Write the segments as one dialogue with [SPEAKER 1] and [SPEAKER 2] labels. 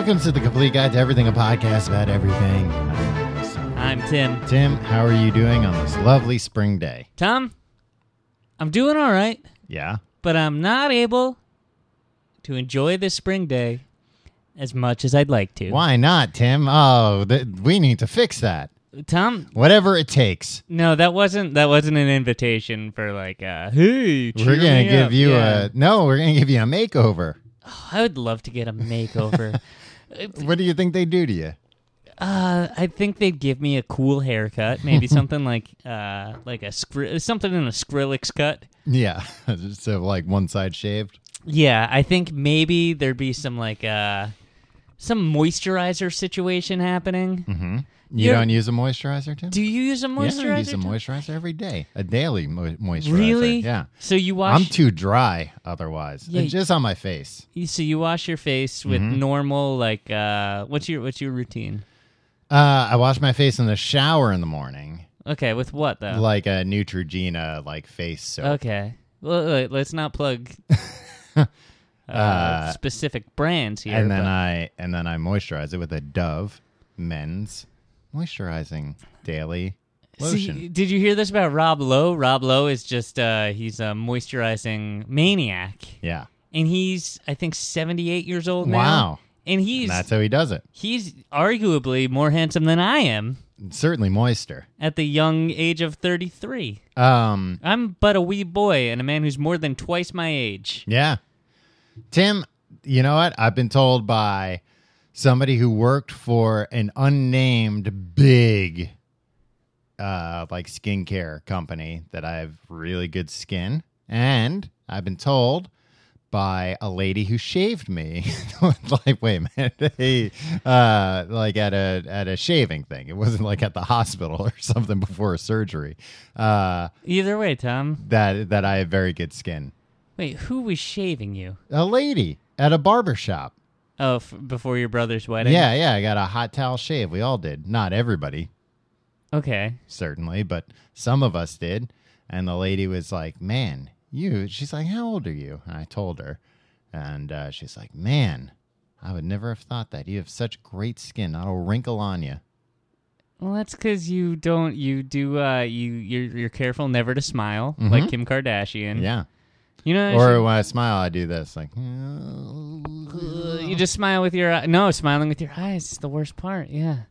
[SPEAKER 1] Welcome to the Complete Guide to Everything, a podcast about everything.
[SPEAKER 2] I'm Tim.
[SPEAKER 1] Tim, how are you doing on this lovely spring day?
[SPEAKER 2] Tom, I'm doing all right,
[SPEAKER 1] Yeah.
[SPEAKER 2] but I'm not able to enjoy this spring day as much as I'd like to.
[SPEAKER 1] Why not, Tim? Oh, th- we need to fix that.
[SPEAKER 2] Tom,
[SPEAKER 1] Whatever it takes.
[SPEAKER 2] no, that wasn't that wasn't an invitation for like uh hey, cheer
[SPEAKER 1] We're gonna
[SPEAKER 2] me
[SPEAKER 1] give
[SPEAKER 2] up.
[SPEAKER 1] you
[SPEAKER 2] Yeah.
[SPEAKER 1] a no. We're gonna give you a makeover.
[SPEAKER 2] I would love to get a makeover.
[SPEAKER 1] What do you think they do to you?
[SPEAKER 2] uh, I think they'd give me a cool haircut, maybe something like uh like a Skri- something in a Skrillex cut.
[SPEAKER 1] Yeah, so like one side shaved.
[SPEAKER 2] Yeah, I think maybe there'd be some like uh some moisturizer situation happening.
[SPEAKER 1] You
[SPEAKER 2] You're-
[SPEAKER 1] don't use a moisturizer, Tim?
[SPEAKER 2] Do you use a
[SPEAKER 1] Mm-hmm. yeah,
[SPEAKER 2] moisturizer?
[SPEAKER 1] I use a moisturizer every day, a daily mo- moisturizer.
[SPEAKER 2] Really?
[SPEAKER 1] Yeah.
[SPEAKER 2] So you
[SPEAKER 1] I'm
[SPEAKER 2] wash.
[SPEAKER 1] too dry otherwise.
[SPEAKER 2] Yeah,
[SPEAKER 1] It's just on my face.
[SPEAKER 2] so you wash your face with
[SPEAKER 1] Mm-hmm.
[SPEAKER 2] normal like uh what's your what's your routine?
[SPEAKER 1] Uh, I wash my face in the shower in the morning,
[SPEAKER 2] Okay, with what though?
[SPEAKER 1] like a Neutrogena like face soap.
[SPEAKER 2] Oh. okay. Well, wait, let's not plug uh,
[SPEAKER 1] Uh,
[SPEAKER 2] specific brands here.
[SPEAKER 1] and then
[SPEAKER 2] but-
[SPEAKER 1] I and then I moisturize it with a Dove men's moisturizing daily uh, lotion.
[SPEAKER 2] See, did you hear this about Rob Lowe? Rob Lowe is just uh he's a moisturizing maniac.
[SPEAKER 1] yeah.
[SPEAKER 2] And he's I think 78 years old now.
[SPEAKER 1] Wow.
[SPEAKER 2] And he's
[SPEAKER 1] And that's how he does it.
[SPEAKER 2] he's arguably more handsome than I am
[SPEAKER 1] Certainly moister.
[SPEAKER 2] at the young age of 33.
[SPEAKER 1] Um
[SPEAKER 2] I'm but a wee boy and a man who's more than twice my age.
[SPEAKER 1] Yeah. Tim, you know what? I've been told by somebody who worked for an unnamed big uh like skincare company that I have really good skin and I've been told by a lady who shaved me like wait a minute hey, uh like at a at a shaving thing it wasn't like at the hospital or something before a surgery uh
[SPEAKER 2] Either way, Tom.
[SPEAKER 1] that that I have very good skin
[SPEAKER 2] Wait, who was shaving you?
[SPEAKER 1] a lady at a barber shop.
[SPEAKER 2] Oh, f- before your brother's wedding.
[SPEAKER 1] Yeah, yeah, I got a hot towel shave. We all did. Not everybody,
[SPEAKER 2] Okay.
[SPEAKER 1] certainly, but some of us did. And the lady was like, "Man, you." She's like, "How old are you?" And I told her, and uh, she's like, "Man, I would never have thought that. You have such great skin. Not a wrinkle on you."
[SPEAKER 2] Well, that's because you don't. You do. Uh, you you're you're careful never to smile like Kim Kardashian.
[SPEAKER 1] Mm-hmm. Yeah.
[SPEAKER 2] You know. what I
[SPEAKER 1] Or when I smile, I do this like.
[SPEAKER 2] should- you just smile with your eye. No, smiling with your eyes is the worst part. Yeah.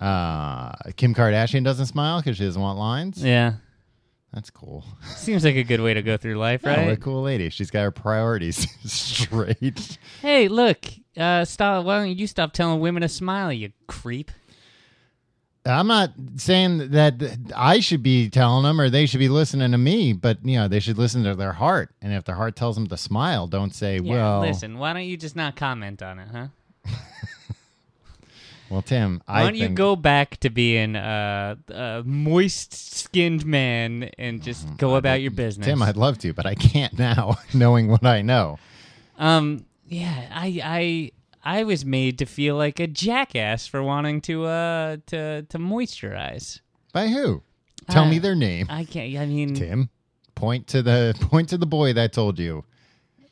[SPEAKER 1] Uh, Kim Kardashian doesn't smile because she doesn't want lines.
[SPEAKER 2] Yeah.
[SPEAKER 1] That's cool.
[SPEAKER 2] Seems like a good way to go through life,
[SPEAKER 1] Yeah, what a
[SPEAKER 2] right?
[SPEAKER 1] cool lady. She's got her priorities straight.
[SPEAKER 2] Hey, look. Uh, stop. Why don't you stop telling women to smile, you creep?
[SPEAKER 1] I'm not saying that I should be telling them or they should be listening to me, but you know they should listen to their heart. And if their heart tells them to smile, don't say,
[SPEAKER 2] Yeah.
[SPEAKER 1] "Well,
[SPEAKER 2] listen. Why don't you just not comment on it, huh?
[SPEAKER 1] well, Tim,
[SPEAKER 2] Why
[SPEAKER 1] I
[SPEAKER 2] don't you
[SPEAKER 1] think-
[SPEAKER 2] go back to being a, a moist-skinned man and just go about your business?
[SPEAKER 1] Tim, I'd love to, but I can't now, knowing what I know.
[SPEAKER 2] um, yeah, I, I, I was made to feel like a jackass for wanting to, uh, to, to moisturize.
[SPEAKER 1] By who? Tell
[SPEAKER 2] Uh,
[SPEAKER 1] me their name,
[SPEAKER 2] I can't. I mean,
[SPEAKER 1] Tim. Point to the point to the boy that told you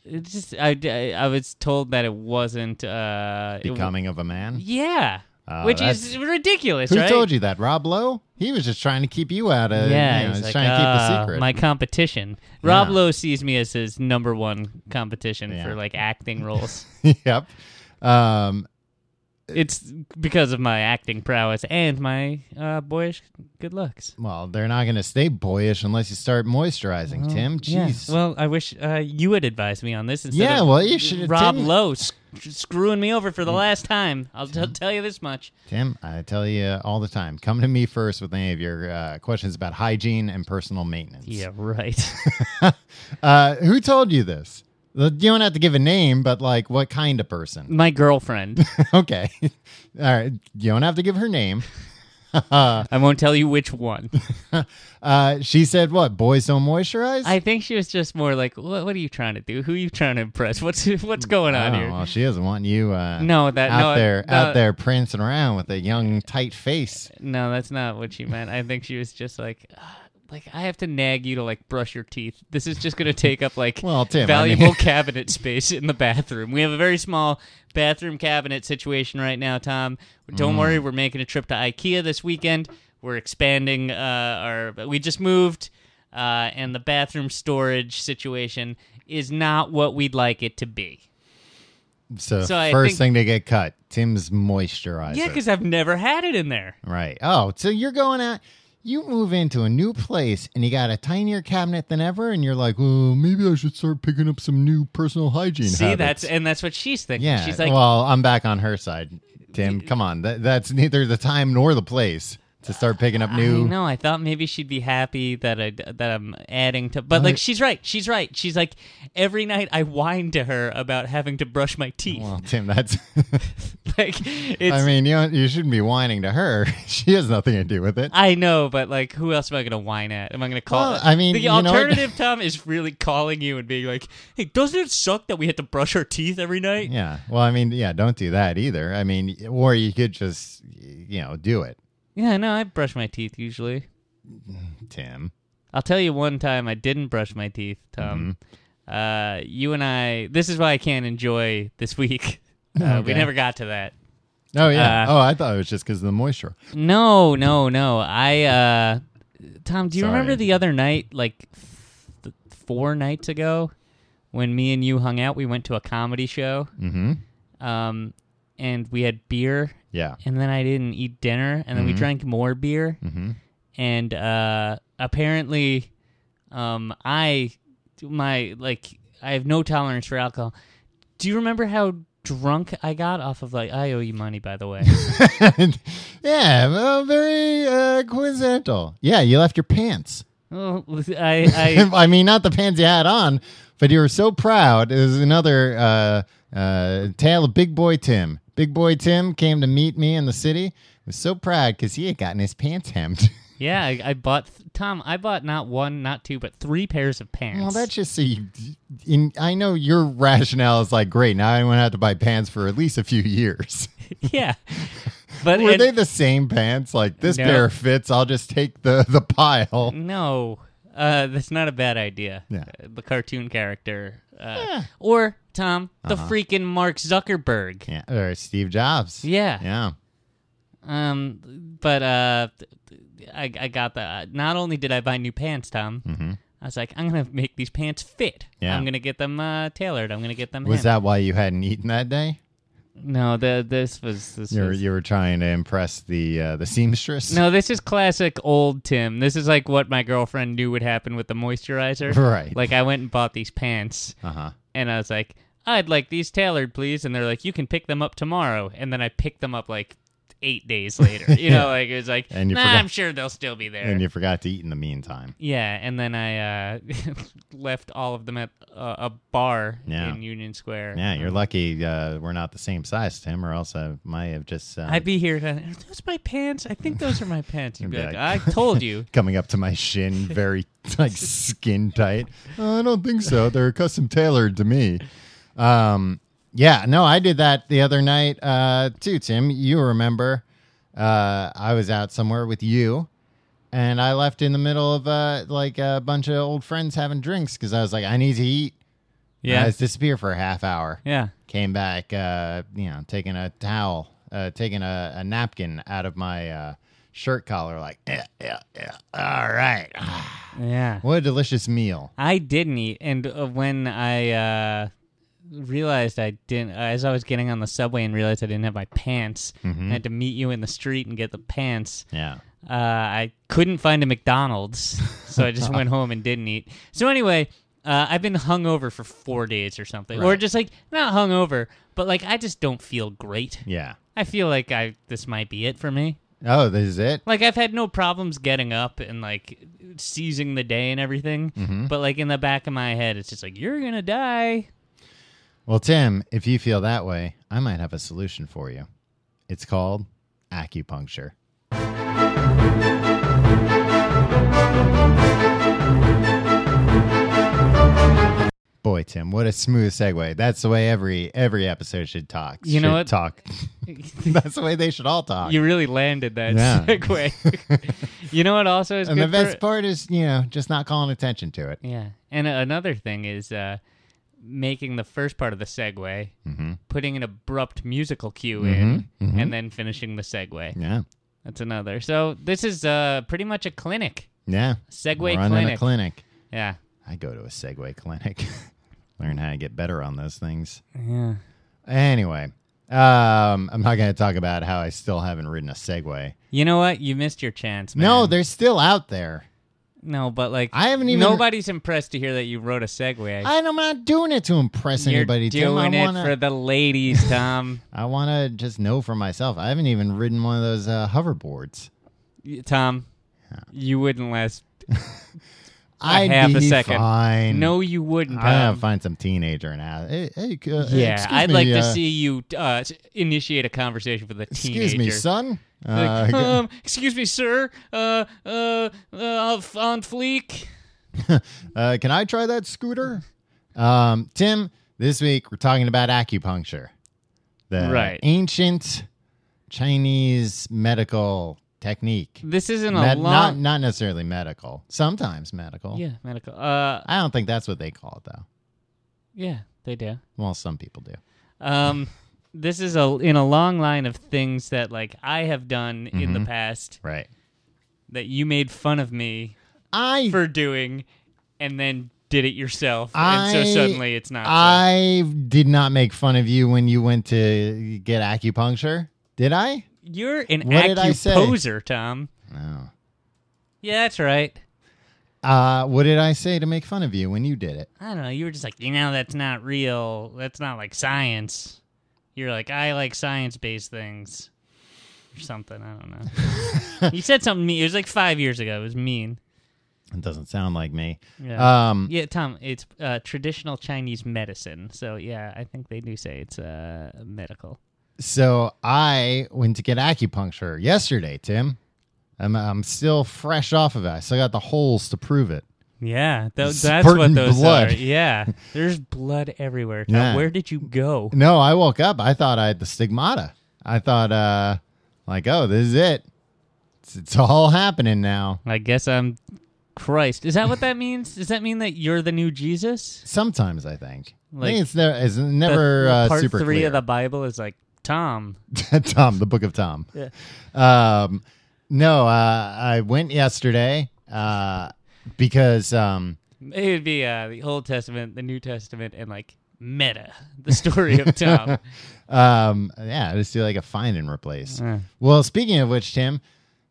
[SPEAKER 2] it's just I, I, I was told that it wasn't uh, it w-
[SPEAKER 1] becoming of a man.
[SPEAKER 2] yeah,
[SPEAKER 1] Oh,
[SPEAKER 2] which
[SPEAKER 1] that's-
[SPEAKER 2] is ridiculous.
[SPEAKER 1] Who
[SPEAKER 2] right?
[SPEAKER 1] told you that, Rob Lowe? He was just trying to keep you out of.
[SPEAKER 2] Yeah,
[SPEAKER 1] you know,
[SPEAKER 2] he's
[SPEAKER 1] just
[SPEAKER 2] like,
[SPEAKER 1] trying to keep the
[SPEAKER 2] "Oh,
[SPEAKER 1] secret.
[SPEAKER 2] my competition. Rob
[SPEAKER 1] Yeah.
[SPEAKER 2] Lowe sees me as his number one competition
[SPEAKER 1] Yeah.
[SPEAKER 2] for like acting roles.
[SPEAKER 1] yep. Um,
[SPEAKER 2] it's because of my acting prowess and my uh, boyish good looks.
[SPEAKER 1] Well, they're not going to stay boyish unless you start moisturizing, Tim.
[SPEAKER 2] Yeah.
[SPEAKER 1] Jeez. Yeah, well,
[SPEAKER 2] Well, I wish uh, you had advised me on this instead
[SPEAKER 1] yeah,
[SPEAKER 2] of
[SPEAKER 1] well you should Mm. have.
[SPEAKER 2] Rob
[SPEAKER 1] Tim,
[SPEAKER 2] Lowe sc- screwing me over for the last time. I'll t- tell you this much.
[SPEAKER 1] Tim, I tell you all the time, come to me first with any of your uh, questions about hygiene and personal maintenance.
[SPEAKER 2] Yeah, right.
[SPEAKER 1] Uh, who told you this? You don't have to give a name, but like what kind of person?
[SPEAKER 2] my girlfriend.
[SPEAKER 1] okay. all right. You don't have to give her name.
[SPEAKER 2] I won't tell you which one.
[SPEAKER 1] Uh, she said, what? Boys don't moisturize?
[SPEAKER 2] I think she was just more like, "What, what are you trying to do? Who are you trying to impress? What's what's going
[SPEAKER 1] Oh,
[SPEAKER 2] on here?"
[SPEAKER 1] well, she doesn't want you uh,
[SPEAKER 2] No, that-
[SPEAKER 1] out
[SPEAKER 2] no,
[SPEAKER 1] there
[SPEAKER 2] no.
[SPEAKER 1] out there prancing around with a young tight face.
[SPEAKER 2] No, that's not what she meant. I think she was just like, "Ah, like I have to nag you to like brush your teeth. This is just going to take up like
[SPEAKER 1] Well, Tim, I
[SPEAKER 2] valuable
[SPEAKER 1] mean-
[SPEAKER 2] cabinet space in the bathroom. We have a very small bathroom cabinet situation right now, Tom.
[SPEAKER 1] Mm.
[SPEAKER 2] Don't worry, we're making a trip to IKEA this weekend. We're expanding uh, our. We just moved, uh, and the bathroom storage situation is not what we'd like it to be.
[SPEAKER 1] So,
[SPEAKER 2] So I
[SPEAKER 1] first
[SPEAKER 2] think-
[SPEAKER 1] thing to get cut, Tim's moisturizer.
[SPEAKER 2] Yeah, because I've never had it in there.
[SPEAKER 1] right. Oh, so you're going out. You move into a new place and you got a tinier cabinet than ever, and you're like, well, maybe I should start picking up some new personal hygiene.
[SPEAKER 2] See,
[SPEAKER 1] habits.
[SPEAKER 2] that's and that's what she's thinking.
[SPEAKER 1] yeah.
[SPEAKER 2] she's like,
[SPEAKER 1] well, I'm back on her side, Tim. Come on, That- that's neither the time nor the place to start picking up
[SPEAKER 2] I
[SPEAKER 1] new.
[SPEAKER 2] know. I thought maybe she'd be happy that I that I'm adding to, but like she's right. She's right. She's like every night I whine to her about having to brush my teeth.
[SPEAKER 1] Well, Tim, that's.
[SPEAKER 2] like it's.
[SPEAKER 1] I
[SPEAKER 2] I,
[SPEAKER 1] mean, you don't- you shouldn't be whining to her. She has nothing to do with it.
[SPEAKER 2] know, but like, who else am I going to whine at? Am I going to call?
[SPEAKER 1] Well, I mean,
[SPEAKER 2] the
[SPEAKER 1] you know what?
[SPEAKER 2] alternative, Tom, is really calling you and being like, "Hey, doesn't it suck that we had to brush our teeth every night?"
[SPEAKER 1] Yeah. Well, I mean, yeah, don't do that either. I mean, or you could just, you know, do it,
[SPEAKER 2] Yeah, no, I brush my teeth usually.
[SPEAKER 1] Tim.
[SPEAKER 2] I'll tell you one time I didn't brush my teeth, Tom.
[SPEAKER 1] Mm-hmm.
[SPEAKER 2] Uh, you and I. This is why I can't enjoy this week. Uh, We
[SPEAKER 1] Okay.
[SPEAKER 2] never got to that.
[SPEAKER 1] Oh, yeah.
[SPEAKER 2] Uh,
[SPEAKER 1] oh, I thought it was just because of the moisture.
[SPEAKER 2] No, no, no. I, uh, Tom, do you
[SPEAKER 1] Sorry.
[SPEAKER 2] remember the other night, like th- four nights ago, when me and you hung out? We went to a comedy show,
[SPEAKER 1] Mm-hmm.
[SPEAKER 2] um, and we had beer,
[SPEAKER 1] Yeah.
[SPEAKER 2] and then I didn't eat dinner, and then we drank more beer,
[SPEAKER 1] Mm-hmm.
[SPEAKER 2] and uh, apparently, um, I, my like, I have no tolerance for alcohol. Do you remember how drunk I got off of like? I owe you money, by the way.
[SPEAKER 1] yeah. Well, very uh, coincidental. Yeah. You left your pants.
[SPEAKER 2] oh, I, I.
[SPEAKER 1] I mean, not the pants you had on, but you were so proud. It was another uh, uh, tale of Big Boy Tim. Big Boy Tim came to meet me in the city. He was so proud because he had gotten his pants hemmed.
[SPEAKER 2] Yeah, I, I bought Tom. I bought not one, not two, but three pairs of pants.
[SPEAKER 1] Well, that's just so you. In, I know your rationale is like, great, now I won't have to buy pants for at least a few years.
[SPEAKER 2] yeah. But
[SPEAKER 1] Were
[SPEAKER 2] and-
[SPEAKER 1] they the same pants? Like, this
[SPEAKER 2] No.
[SPEAKER 1] pair fits, I'll just take the, the pile.
[SPEAKER 2] no, uh, that's not a bad idea.
[SPEAKER 1] Yeah. Eh.
[SPEAKER 2] Uh, the cartoon character, uh, or Tom, the
[SPEAKER 1] Uh-huh.
[SPEAKER 2] freaking Mark Zuckerberg.
[SPEAKER 1] Yeah. Or Steve Jobs.
[SPEAKER 2] Yeah.
[SPEAKER 1] Yeah.
[SPEAKER 2] Um, but uh, I I got the. Not only did I buy new pants, Tom. I was like, I'm gonna make these pants fit.
[SPEAKER 1] Mm-hmm. Yeah.
[SPEAKER 2] I'm gonna get them uh, tailored. I'm gonna get them.
[SPEAKER 1] Was
[SPEAKER 2] hemmed.
[SPEAKER 1] that why you hadn't eaten that day?
[SPEAKER 2] No, the this was this
[SPEAKER 1] You were,
[SPEAKER 2] was
[SPEAKER 1] you were trying to impress the uh, the seamstress?
[SPEAKER 2] No, this is classic old Tim. This is like what my girlfriend knew would happen with the moisturizer.
[SPEAKER 1] Right.
[SPEAKER 2] Like I went and bought these pants
[SPEAKER 1] Uh huh.
[SPEAKER 2] and I was like, I'd like these tailored, please. And they're like, you can pick them up tomorrow. And then I picked them up like eight days later. You know, like it was like,
[SPEAKER 1] And you
[SPEAKER 2] nah,
[SPEAKER 1] forgot-
[SPEAKER 2] I'm sure they'll still be there.
[SPEAKER 1] And you forgot to eat in the meantime.
[SPEAKER 2] yeah. And then I uh, left all of them at uh, a bar
[SPEAKER 1] Yeah.
[SPEAKER 2] in Union Square.
[SPEAKER 1] Yeah, you're lucky uh, we're not the same size, Tim, or else I might have just um,
[SPEAKER 2] I'd be here. To, Are those my pants? I think those are my pants. You'd be
[SPEAKER 1] Be
[SPEAKER 2] like, I
[SPEAKER 1] like-
[SPEAKER 2] told you.
[SPEAKER 1] coming up to my shin, very like skin tight. "Uh, I don't think so. They're custom tailored to me. Um, yeah, no, I did that the other night uh, too, Tim. You remember? Uh, I was out somewhere with you, and I left in the middle of uh, like a bunch of old friends having drinks because I was like, I need to eat. I
[SPEAKER 2] Yeah.
[SPEAKER 1] was disappear for a half hour.
[SPEAKER 2] Yeah.
[SPEAKER 1] Came back, uh, you know, taking a towel, uh, taking a, a napkin out of my uh, shirt collar, like, yeah, yeah, yeah. All right.
[SPEAKER 2] Yeah.
[SPEAKER 1] What a delicious meal.
[SPEAKER 2] I didn't eat, and uh, when I uh, realized I didn't, as I was getting on the subway and realized I didn't have my pants,
[SPEAKER 1] Mm-hmm.
[SPEAKER 2] and I had to meet you in the street and get the pants.
[SPEAKER 1] Yeah.
[SPEAKER 2] Uh, I couldn't find a McDonald's, so I just went home and didn't eat. So anyway, uh, I've been hungover for four days or something, or
[SPEAKER 1] Right.
[SPEAKER 2] just like not hungover, but like I just don't feel great.
[SPEAKER 1] Yeah.
[SPEAKER 2] I feel like I this might be it for me.
[SPEAKER 1] Oh, this is it?
[SPEAKER 2] Like I've had no problems getting up and like seizing the day and everything,
[SPEAKER 1] Mm-hmm.
[SPEAKER 2] but like in the back of my head, it's just like you're gonna die.
[SPEAKER 1] Well, Tim, if you feel that way, I might have a solution for you. It's called acupuncture. Boy, Boy, Tim, what a smooth segue. That's the way every every episode should talk.
[SPEAKER 2] You know
[SPEAKER 1] should
[SPEAKER 2] what?
[SPEAKER 1] Talk. That's the way they should all talk.
[SPEAKER 2] You really landed that
[SPEAKER 1] Yeah.
[SPEAKER 2] segue. you know what? Also is
[SPEAKER 1] and the
[SPEAKER 2] good for-
[SPEAKER 1] best part is, you know, just not calling attention to it.
[SPEAKER 2] Yeah, and another thing is uh, making the first part of the segue,
[SPEAKER 1] Mm-hmm.
[SPEAKER 2] putting an abrupt musical cue in, and then finishing the segue.
[SPEAKER 1] Yeah.
[SPEAKER 2] That's another. So this is uh, pretty much a clinic
[SPEAKER 1] Yeah.
[SPEAKER 2] segue
[SPEAKER 1] Running
[SPEAKER 2] clinic.
[SPEAKER 1] a clinic.
[SPEAKER 2] yeah,
[SPEAKER 1] I go to a Segway clinic. Learn how to get better on those things.
[SPEAKER 2] yeah.
[SPEAKER 1] Anyway, um, I'm not going to talk about how I still haven't ridden a Segway.
[SPEAKER 2] You know what? You missed your chance, man.
[SPEAKER 1] No, they're still out there.
[SPEAKER 2] no, but like
[SPEAKER 1] I haven't even-
[SPEAKER 2] Nobody's impressed to hear that you wrote a segue.
[SPEAKER 1] I- I'm not doing it to impress
[SPEAKER 2] You're
[SPEAKER 1] anybody. Tim.
[SPEAKER 2] doing
[SPEAKER 1] I
[SPEAKER 2] it
[SPEAKER 1] wanna,
[SPEAKER 2] for the ladies, Tom.
[SPEAKER 1] I want to just know for myself. I haven't even ridden one of those uh, hoverboards.
[SPEAKER 2] Y- Tom, you wouldn't last.
[SPEAKER 1] I'd
[SPEAKER 2] half a
[SPEAKER 1] be
[SPEAKER 2] second.
[SPEAKER 1] fine.
[SPEAKER 2] No, you wouldn't. Tom.
[SPEAKER 1] I gotta find some teenager and ask. Hey, hey, uh,
[SPEAKER 2] Yeah,
[SPEAKER 1] excuse
[SPEAKER 2] I'd
[SPEAKER 1] me,
[SPEAKER 2] like to
[SPEAKER 1] uh,
[SPEAKER 2] see you uh, s- initiate a conversation with a teenager.
[SPEAKER 1] Excuse me, son.
[SPEAKER 2] Like,
[SPEAKER 1] Uh,
[SPEAKER 2] um, excuse me, sir. Uh, uh, uh, f- on fleek.
[SPEAKER 1] Uh, can I try that scooter? Um, Tim, this week we're talking about acupuncture, the
[SPEAKER 2] Right.
[SPEAKER 1] ancient Chinese medical technique.
[SPEAKER 2] This isn't a
[SPEAKER 1] Med- not
[SPEAKER 2] long.
[SPEAKER 1] not necessarily medical. Sometimes medical.
[SPEAKER 2] yeah, medical. Uh,
[SPEAKER 1] I don't think that's what they call it though.
[SPEAKER 2] yeah, they do.
[SPEAKER 1] Well, some people do.
[SPEAKER 2] Um, this is a in a long line of things that like I have done in
[SPEAKER 1] Mm-hmm.
[SPEAKER 2] the past
[SPEAKER 1] Right.
[SPEAKER 2] that you made fun of me
[SPEAKER 1] I
[SPEAKER 2] for doing, and then did it yourself, and
[SPEAKER 1] I-
[SPEAKER 2] so suddenly it's not. so.
[SPEAKER 1] I did not make fun of you when you went to get acupuncture. Did I?
[SPEAKER 2] You're an
[SPEAKER 1] What did I say?
[SPEAKER 2] acuposer, Tom.
[SPEAKER 1] No.
[SPEAKER 2] Yeah, that's right.
[SPEAKER 1] Uh, what did I say to make fun of you when you did it?
[SPEAKER 2] I don't know. You were just like, you know, that's not real. That's not like science. You're like, I like science based things or something. I don't know. you said something mean. It was like five years ago. It was mean.
[SPEAKER 1] It doesn't sound like me.
[SPEAKER 2] Yeah.
[SPEAKER 1] Um,
[SPEAKER 2] Yeah, Tom, it's uh, traditional Chinese medicine. So, yeah, I think they do say it's uh, medical.
[SPEAKER 1] So I went to get acupuncture yesterday, Tim. I'm I'm still fresh off of it. I still got the holes to prove it.
[SPEAKER 2] Yeah,
[SPEAKER 1] that's Spurting what those blood. are.
[SPEAKER 2] Yeah, there's blood everywhere.
[SPEAKER 1] Tom. Yeah.
[SPEAKER 2] Where
[SPEAKER 1] Where
[SPEAKER 2] did you go?
[SPEAKER 1] No, I woke up. I thought I had the stigmata. I thought, uh, like, oh, this is it. It's, it's all happening now.
[SPEAKER 2] I guess I'm Christ. Is that what that means? Does that mean that you're the new Jesus?
[SPEAKER 1] Sometimes I think. I
[SPEAKER 2] Like,
[SPEAKER 1] think it's never, it's
[SPEAKER 2] the-
[SPEAKER 1] never
[SPEAKER 2] the
[SPEAKER 1] uh,
[SPEAKER 2] part
[SPEAKER 1] super
[SPEAKER 2] three
[SPEAKER 1] clear.
[SPEAKER 2] of the Bible is like Tom.
[SPEAKER 1] Tom, the Book of Tom.
[SPEAKER 2] Yeah.
[SPEAKER 1] Um, no, uh, I went yesterday uh, because um,
[SPEAKER 2] It would be uh, the Old Testament, the New Testament, and like Meta, the story of Tom.
[SPEAKER 1] Um, yeah, just do like a find and replace.
[SPEAKER 2] Yeah.
[SPEAKER 1] Well, speaking of which, Tim,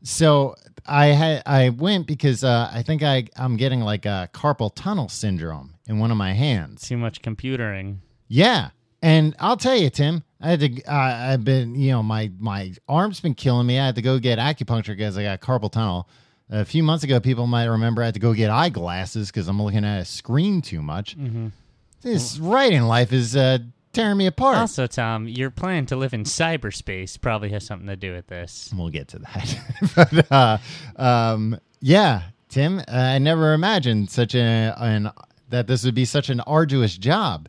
[SPEAKER 1] so I had I went because uh, I think I I'm getting like a carpal tunnel syndrome in one of my hands.
[SPEAKER 2] Too much computering.
[SPEAKER 1] Yeah, and I'll tell you, Tim, I had to uh, I've been you know my my arm's been killing me. I had to go get acupuncture because I got carpal tunnel. A few months ago, people might remember I had to go get eyeglasses because I'm looking at a screen too much. This writing life is uh, tearing me apart.
[SPEAKER 2] Also, Tom, your plan to live in cyberspace probably has something to do with this.
[SPEAKER 1] We'll get to that. but uh, um, yeah, Tim, I never imagined such a, an that this would be such an arduous job.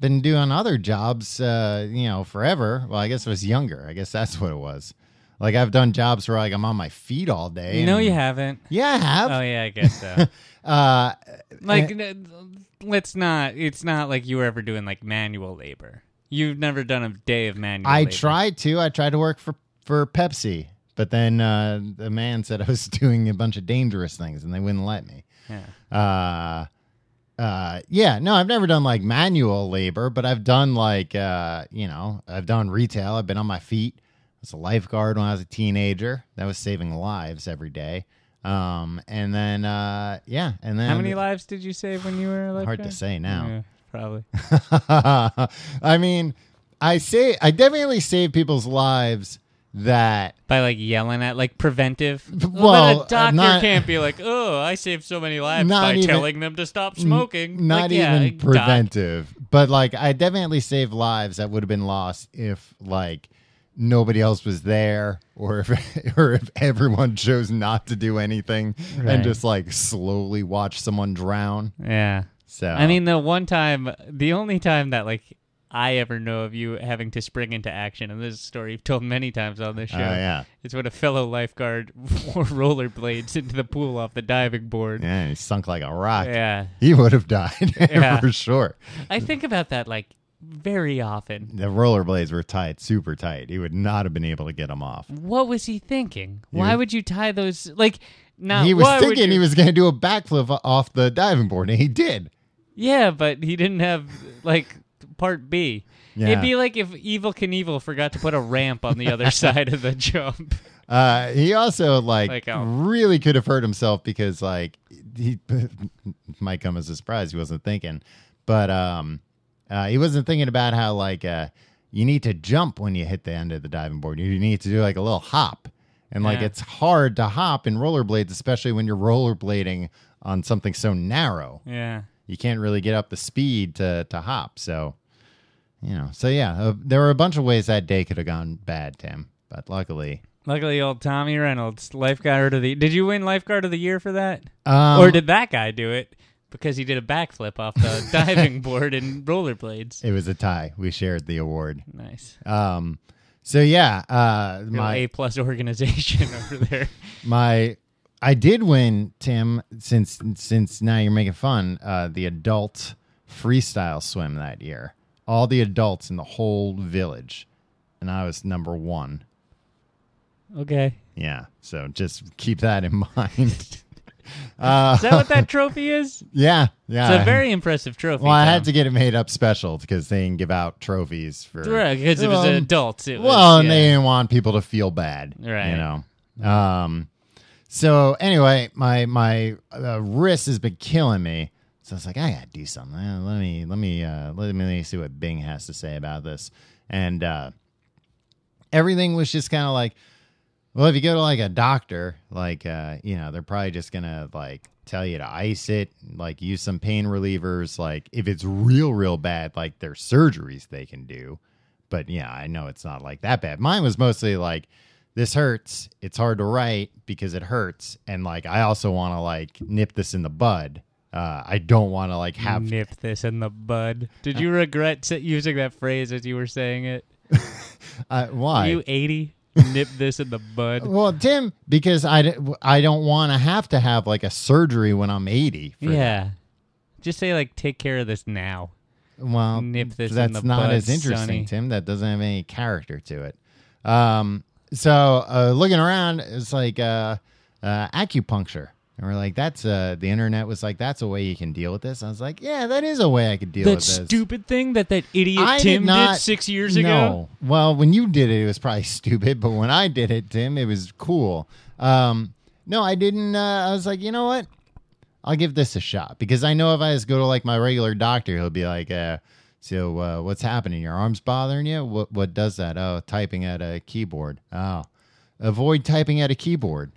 [SPEAKER 1] Been doing other jobs, uh, you know, forever. Well, I guess I was younger. I guess that's what it was. Like I've done jobs where like I'm on my feet all day.
[SPEAKER 2] No,
[SPEAKER 1] and-
[SPEAKER 2] you Oh. haven't.
[SPEAKER 1] Yeah, I have.
[SPEAKER 2] Oh yeah, I guess so.
[SPEAKER 1] Uh,
[SPEAKER 2] like, n- let's not. It's not like you were ever doing like manual labor. You've never done a day of manual.
[SPEAKER 1] I
[SPEAKER 2] labor.
[SPEAKER 1] tried to. I tried to work for for Pepsi, but then uh, the man said I was doing a bunch of dangerous things, and they wouldn't let me.
[SPEAKER 2] Yeah.
[SPEAKER 1] uh uh yeah no i've never done like manual labor but i've done like uh you know i've done retail i've been on my feet i was a lifeguard when i was a teenager that was saving lives every day um and then uh yeah and then
[SPEAKER 2] How many lives did you save when you were a
[SPEAKER 1] hard
[SPEAKER 2] lifeguard?
[SPEAKER 1] to say now
[SPEAKER 2] Yeah, probably.
[SPEAKER 1] i mean i say i definitely save people's lives that
[SPEAKER 2] By like yelling at like preventive.
[SPEAKER 1] well, uh,
[SPEAKER 2] but a doctor
[SPEAKER 1] not-
[SPEAKER 2] can't be like, oh, I saved so many lives
[SPEAKER 1] Not
[SPEAKER 2] by
[SPEAKER 1] even-
[SPEAKER 2] telling them to stop smoking.
[SPEAKER 1] not
[SPEAKER 2] Like, yeah,
[SPEAKER 1] even
[SPEAKER 2] doc-
[SPEAKER 1] preventive but like i definitely saved lives that would have been lost if like nobody else was there or if or if everyone chose not to do anything
[SPEAKER 2] Right.
[SPEAKER 1] and just like slowly watch someone drown
[SPEAKER 2] yeah.
[SPEAKER 1] So
[SPEAKER 2] I mean, the one time, the only time that like I ever know of you having to spring into action, and this is a story you've told many times on this
[SPEAKER 1] oh
[SPEAKER 2] show,
[SPEAKER 1] yeah,
[SPEAKER 2] is when a fellow lifeguard wore rollerblades into the pool off the diving board.
[SPEAKER 1] yeah, he sunk like a rock.
[SPEAKER 2] Yeah.
[SPEAKER 1] He would have died
[SPEAKER 2] Yeah.
[SPEAKER 1] for sure.
[SPEAKER 2] I think about that like very often.
[SPEAKER 1] The rollerblades were tight, super tight. He would not have been able to get them off.
[SPEAKER 2] What was he thinking? Why would you tie those? Like, now
[SPEAKER 1] he was
[SPEAKER 2] why would
[SPEAKER 1] thinking
[SPEAKER 2] you-
[SPEAKER 1] he was going to do a backflip off the diving board, and he did.
[SPEAKER 2] Yeah, but he didn't have like part B.
[SPEAKER 1] Yeah.
[SPEAKER 2] It'd be like if Evil Knievel forgot to put a ramp on the other side of the jump.
[SPEAKER 1] Uh, he also like,
[SPEAKER 2] Like, oh.
[SPEAKER 1] really could have hurt himself because like he might come as a surprise. He wasn't thinking, but um, uh, he wasn't thinking about how like uh, you need to jump when you hit the end of the diving board. You need to do like a little hop, and like
[SPEAKER 2] Yeah.
[SPEAKER 1] it's hard to hop in rollerblades, especially when you're rollerblading on something so narrow.
[SPEAKER 2] Yeah.
[SPEAKER 1] You can't really get up the speed to to hop. So you know, so yeah, uh, there were a bunch of ways that day could have gone bad, Tim. But luckily,
[SPEAKER 2] Luckily, old Tommy Reynolds, lifeguard of the. Did you win lifeguard of the year for that,
[SPEAKER 1] um,
[SPEAKER 2] or did that guy do it because he did a backflip off the diving board and rollerblades?
[SPEAKER 1] It was a tie. We shared the award.
[SPEAKER 2] Nice,
[SPEAKER 1] Um, so yeah, uh,
[SPEAKER 2] Real
[SPEAKER 1] my
[SPEAKER 2] A plus organization over there.
[SPEAKER 1] my I did win, Tim. Since since now you're making fun, uh, the adult freestyle swim that year. All the adults in the whole village, and I was number one.
[SPEAKER 2] Okay,
[SPEAKER 1] Yeah, so just keep that in mind. uh,
[SPEAKER 2] is that what that trophy is?
[SPEAKER 1] yeah, yeah.
[SPEAKER 2] It's a very impressive trophy.
[SPEAKER 1] well. I had
[SPEAKER 2] Tom.
[SPEAKER 1] to get it made up special because they didn't give out trophies for
[SPEAKER 2] Right, because it was
[SPEAKER 1] Um,
[SPEAKER 2] adults. It was,
[SPEAKER 1] Well, and
[SPEAKER 2] yeah.
[SPEAKER 1] they didn't want people to feel bad,
[SPEAKER 2] Right.
[SPEAKER 1] You know. Um. So anyway, my my uh, wrist has been killing me. So I was like, I gotta do something. Uh, Let me let me uh, let me see what Bing has to say about this. And uh, everything was just kind of like, well, if you go to like a doctor, like uh, you know, they're probably just gonna like tell you to ice it, like use some pain relievers. Like if it's real, real bad, like there's surgeries they can do. But yeah, I know it's not like that bad. Mine was mostly like, this hurts. It's hard to write because it hurts, and like I also want to like nip this in the bud. Uh, I don't want to like have
[SPEAKER 2] nip this in the bud. Did you regret s- using that phrase as you were saying it?
[SPEAKER 1] uh, why
[SPEAKER 2] You eighty, nip this in the bud.
[SPEAKER 1] Well, Tim, because I, d- I don't want to have to have like a surgery when I'm 80. For that.
[SPEAKER 2] Yeah. Just say like, take care of this now.
[SPEAKER 1] Well,
[SPEAKER 2] Nip this in
[SPEAKER 1] that's
[SPEAKER 2] the
[SPEAKER 1] not
[SPEAKER 2] bud,
[SPEAKER 1] as interesting,
[SPEAKER 2] sonny.
[SPEAKER 1] Tim. That doesn't have any character to it. Um, so uh, looking around, it's like uh, uh, acupuncture. And we're like, that's uh, the internet was like, that's a way you can deal with this. I was like, yeah, that is a way I could deal
[SPEAKER 2] That
[SPEAKER 1] with this.
[SPEAKER 2] stupid thing that that idiot
[SPEAKER 1] I
[SPEAKER 2] Tim
[SPEAKER 1] did not.
[SPEAKER 2] six years
[SPEAKER 1] no.
[SPEAKER 2] ago.
[SPEAKER 1] Well, when you did it, it was probably stupid, but when I did it, Tim, it was cool. Um, no, I didn't. Uh, I was like, you know what? I'll give this a shot because I know if I just go to like my regular doctor, he'll be like, uh, "So uh, what's happening? Your arm's bothering you? What what does that? Oh, typing at a keyboard. Oh, avoid typing at a keyboard."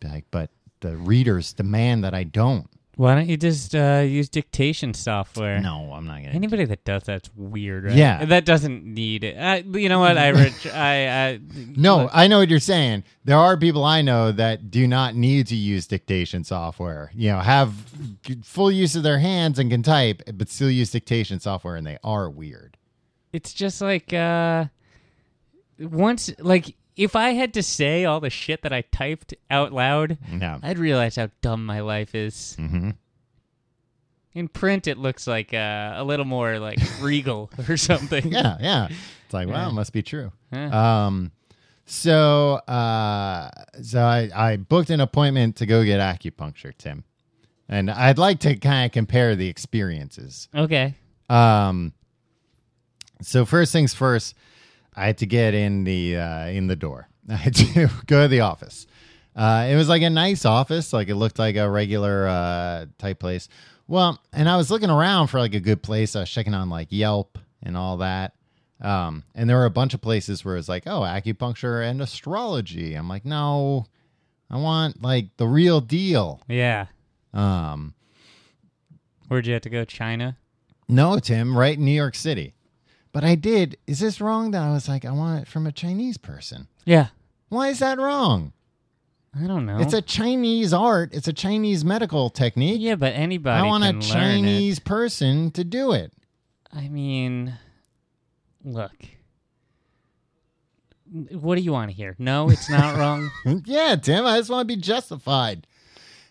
[SPEAKER 1] Be like, but the readers demand that I don't.
[SPEAKER 2] Why don't you just uh, use dictation software?
[SPEAKER 1] No, I'm not gonna.
[SPEAKER 2] Anybody that does that's weird, right?
[SPEAKER 1] Yeah.
[SPEAKER 2] That doesn't need it. I, you know what? I, ret- I, I
[SPEAKER 1] No, I know what you're saying. There are people I know that do not need to use dictation software. You know, have g- full use of their hands and can type, but still use dictation software, and they are weird.
[SPEAKER 2] it's just like uh once like if i had to say all the shit that i typed out loud
[SPEAKER 1] No,
[SPEAKER 2] i'd realize how dumb my life is
[SPEAKER 1] Mhm.
[SPEAKER 2] in print it looks like uh, a little more like regal or something
[SPEAKER 1] yeah, yeah. It's like, well,
[SPEAKER 2] Yeah.
[SPEAKER 1] it must be true.
[SPEAKER 2] Huh?
[SPEAKER 1] Um, so, uh, so I, I booked an appointment to go get acupuncture, Tim, and I'd like to kind of compare the experiences.
[SPEAKER 2] okay
[SPEAKER 1] Um, so first things first, I had to get in the uh, in the door. I had to go to the office. Uh, it was like a nice office, like it looked like a regular uh, type place. Well, and I was looking around for like a good place. I was checking on like Yelp and all that. Um, and there were a bunch of places where it's like, oh, acupuncture and astrology. I'm like, no, I want like the real deal.
[SPEAKER 2] yeah
[SPEAKER 1] Um,
[SPEAKER 2] where'd you have to go china
[SPEAKER 1] No, Tim, right in New York City. But I did. Is this wrong that I was like, I want it from a Chinese person?
[SPEAKER 2] yeah
[SPEAKER 1] Why is that wrong?
[SPEAKER 2] I don't know.
[SPEAKER 1] It's a Chinese art. It's a Chinese medical technique.
[SPEAKER 2] yeah, but anybody
[SPEAKER 1] I want
[SPEAKER 2] can
[SPEAKER 1] a
[SPEAKER 2] learn it.
[SPEAKER 1] Chinese person to do it.
[SPEAKER 2] I mean, look. What do you want to hear? No, it's not wrong.
[SPEAKER 1] yeah, Tim, I just want to be justified.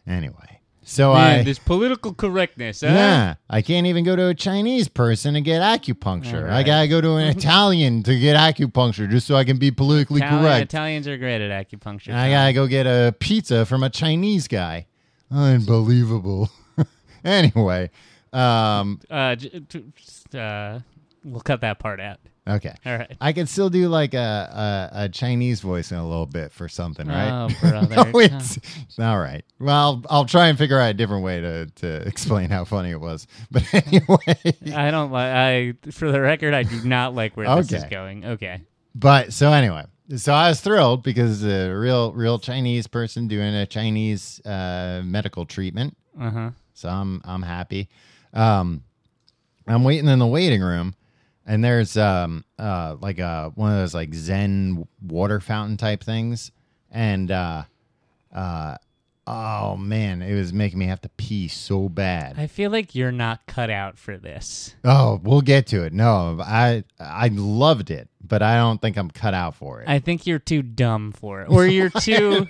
[SPEAKER 1] Anyway, so I
[SPEAKER 2] Man, this political correctness. Huh?
[SPEAKER 1] yeah, I can't even go to a Chinese person to get acupuncture. I gotta go to an Italian to get acupuncture just so I can be politically
[SPEAKER 2] Italian-
[SPEAKER 1] correct.
[SPEAKER 2] Italians are great at acupuncture.
[SPEAKER 1] And I gotta go get a pizza from a Chinese guy. Unbelievable. anyway, um,
[SPEAKER 2] uh, j- t- just, uh, we'll cut that part out.
[SPEAKER 1] okay.
[SPEAKER 2] All right.
[SPEAKER 1] I could still do like a, a, a Chinese voice in a little bit for something, right?
[SPEAKER 2] Oh, brother.
[SPEAKER 1] no, it's all right. Well, I'll, I'll try and figure out a different way to, to explain how funny it was. But anyway,
[SPEAKER 2] I don't like. I for the record, I do not like where this is
[SPEAKER 1] Okay.
[SPEAKER 2] going. Okay.
[SPEAKER 1] but so anyway, so I was thrilled because a real real Chinese person doing a Chinese uh, medical treatment.
[SPEAKER 2] Uh huh.
[SPEAKER 1] So I'm I'm happy. Um, I'm waiting in the waiting room, and there's um uh like uh one of those like Zen water fountain type things, and uh uh oh man, it was making me have to pee so bad.
[SPEAKER 2] I feel like you're not cut out for this.
[SPEAKER 1] oh, we'll get to it. No, I I loved it, but I don't think I'm cut out for it.
[SPEAKER 2] I think you're too dumb for it, or you're too.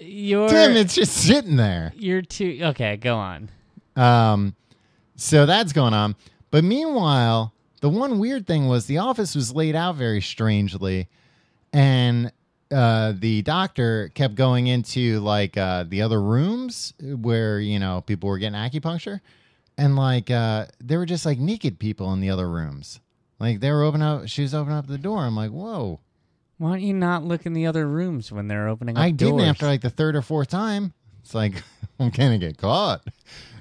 [SPEAKER 2] You're
[SPEAKER 1] Tim, it's just sitting there.
[SPEAKER 2] you're too okay. Go on.
[SPEAKER 1] Um, so that's going on. But meanwhile, the one weird thing was the office was laid out very strangely, and uh, the doctor kept going into like uh, the other rooms where you know people were getting acupuncture, and like uh, there were just like naked people in the other rooms. Like they were opening up, she was opening up the door. I'm like, whoa!
[SPEAKER 2] Why don't you not look in the other rooms when they're opening up
[SPEAKER 1] I didn't
[SPEAKER 2] doors?
[SPEAKER 1] after like the third or fourth time. It's like I'm gonna get caught.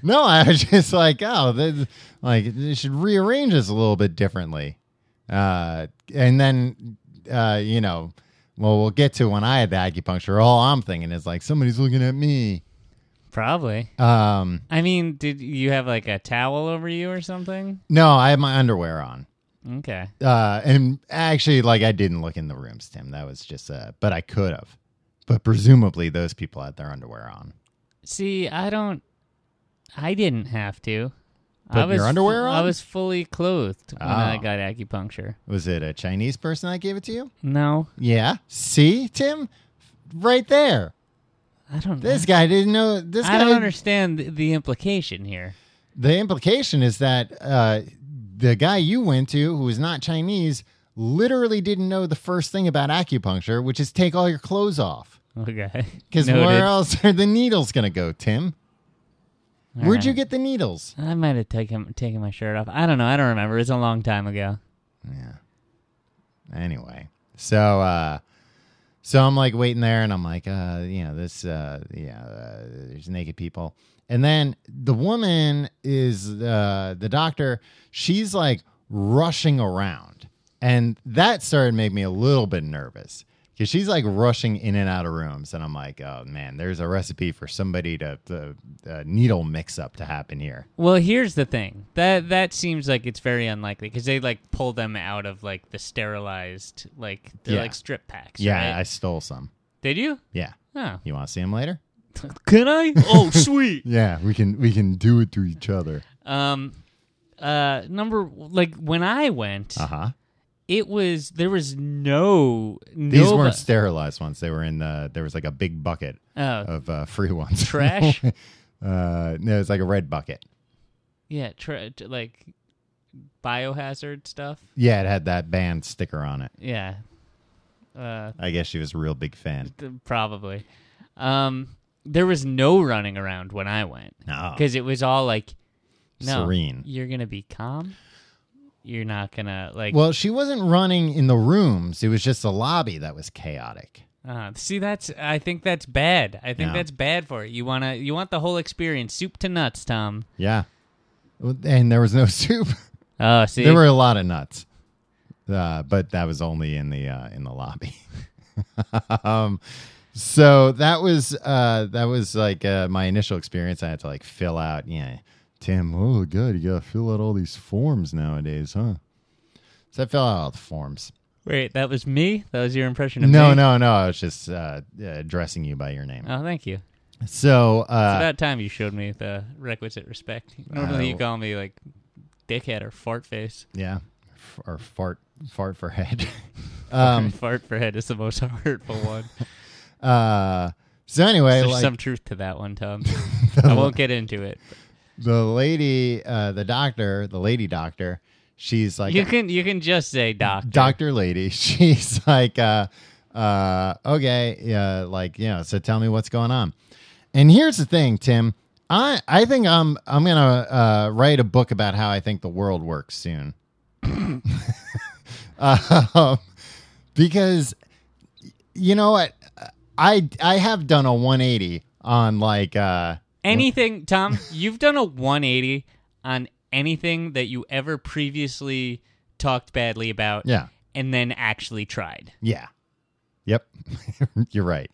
[SPEAKER 1] No, I was just like, oh, this, like they should rearrange this a little bit differently. Uh, and then, uh, you know, well, we'll get to when I had the acupuncture. All I'm thinking is like somebody's looking at me.
[SPEAKER 2] Probably.
[SPEAKER 1] Um,
[SPEAKER 2] I mean, did you have like a towel over you or something?
[SPEAKER 1] no, I had my underwear on.
[SPEAKER 2] Okay.
[SPEAKER 1] Uh, and actually, like I didn't look in the rooms, Tim. That was just uh, but I could have. But presumably, those people had their underwear on.
[SPEAKER 2] See, I don't. I didn't have to. I
[SPEAKER 1] Put
[SPEAKER 2] was
[SPEAKER 1] your underwear
[SPEAKER 2] fu- I
[SPEAKER 1] on?
[SPEAKER 2] was fully clothed when I
[SPEAKER 1] Oh.
[SPEAKER 2] got acupuncture.
[SPEAKER 1] Was it a Chinese person that gave it to you?
[SPEAKER 2] No,
[SPEAKER 1] Yeah. See, Tim? Right there.
[SPEAKER 2] I don't.
[SPEAKER 1] This guy didn't know. This
[SPEAKER 2] I
[SPEAKER 1] guy.
[SPEAKER 2] don't understand the, the implication here.
[SPEAKER 1] The implication is that uh, the guy you went to, who is not Chinese, literally didn't know the first thing about acupuncture, which is take all your clothes off.
[SPEAKER 2] Okay.
[SPEAKER 1] Because
[SPEAKER 2] Noted.
[SPEAKER 1] where else are the needles going to go, Tim?
[SPEAKER 2] All
[SPEAKER 1] Where'd you
[SPEAKER 2] right.
[SPEAKER 1] get the needles?
[SPEAKER 2] I might have taken taken my shirt off. I don't know. I don't remember. It's a long time ago.
[SPEAKER 1] Yeah. Anyway, so uh, so I'm like waiting there, and I'm like, uh, you know, this, uh, yeah, uh, there's naked people, and then the woman is uh, the doctor. She's like rushing around, and that started to make me a little bit nervous. Cause she's like rushing in and out of rooms, and I'm like, oh man, there's a recipe for somebody to, to uh, needle mix up to happen here.
[SPEAKER 2] Well, here's the thing. That that seems like it's very unlikely because they like pull them out of like the sterilized like they're
[SPEAKER 1] Yeah.
[SPEAKER 2] like strip packs.
[SPEAKER 1] Yeah, I
[SPEAKER 2] right?
[SPEAKER 1] stole some.
[SPEAKER 2] did you?
[SPEAKER 1] Yeah,
[SPEAKER 2] Oh,
[SPEAKER 1] you want to see him later?
[SPEAKER 2] can I? Oh, sweet.
[SPEAKER 1] Yeah, we can we can do it to each other.
[SPEAKER 2] Um, uh, number like when I went,
[SPEAKER 1] Uh huh.
[SPEAKER 2] it was there was no
[SPEAKER 1] These
[SPEAKER 2] no
[SPEAKER 1] weren't sterilized ones. They were in the there was like a big bucket
[SPEAKER 2] oh
[SPEAKER 1] of uh, free ones.
[SPEAKER 2] Trash?
[SPEAKER 1] uh, no, it's like a red bucket.
[SPEAKER 2] yeah tra- t- like biohazard stuff.
[SPEAKER 1] Yeah, it had that band sticker on it.
[SPEAKER 2] Yeah, uh,
[SPEAKER 1] I guess she was a real big fan.
[SPEAKER 2] th- probably. Um, there was no running around when I went
[SPEAKER 1] No,
[SPEAKER 2] because it was all like no,
[SPEAKER 1] Ah. Serene.
[SPEAKER 2] You're gonna be calm. You're not gonna like.
[SPEAKER 1] Well, she wasn't running in the rooms. It was just the lobby that was chaotic.
[SPEAKER 2] Uh, see, that's I think that's bad. I think
[SPEAKER 1] Yeah.
[SPEAKER 2] that's bad for it. You wanna you want the whole experience, soup to nuts, Tom.
[SPEAKER 1] Yeah, and there was no soup.
[SPEAKER 2] Oh, see,
[SPEAKER 1] There were a lot of nuts, uh, but that was only in the uh, in the lobby. um, so that was uh, that was like uh, my initial experience. I had to like fill out. Yeah, Tim. Oh, good. You gotta fill out all these forms nowadays, huh? So I fill out all the forms.
[SPEAKER 2] Wait, that was me? That was your impression of
[SPEAKER 1] No,
[SPEAKER 2] me?
[SPEAKER 1] no, no. I was just uh, addressing you by your name.
[SPEAKER 2] Oh, thank you.
[SPEAKER 1] Uh, So,
[SPEAKER 2] It's
[SPEAKER 1] uh,
[SPEAKER 2] about time you showed me the requisite respect. Normally you
[SPEAKER 1] Oh.
[SPEAKER 2] call me like dickhead or fart face.
[SPEAKER 1] yeah, F- or fart, fart for head. um,
[SPEAKER 2] fart for head is the most hurtful one.
[SPEAKER 1] uh, so anyway,
[SPEAKER 2] There's
[SPEAKER 1] like
[SPEAKER 2] some truth to that one, Tom. I won't get into it.
[SPEAKER 1] the lady, uh, the doctor, the lady doctor, she's like
[SPEAKER 2] You can you can just say doc.
[SPEAKER 1] doctor lady. She's like, uh, uh, okay, uh, like you know. So tell me what's going on. And here's the thing, Tim. I I think I'm I'm gonna uh, write a book about how I think the world works soon. um, because you know what I I have done a 180 on like uh
[SPEAKER 2] Anything, Tom, you've done a 180 on anything that you ever previously talked badly about
[SPEAKER 1] yeah
[SPEAKER 2] and then actually tried.
[SPEAKER 1] yeah yep you're right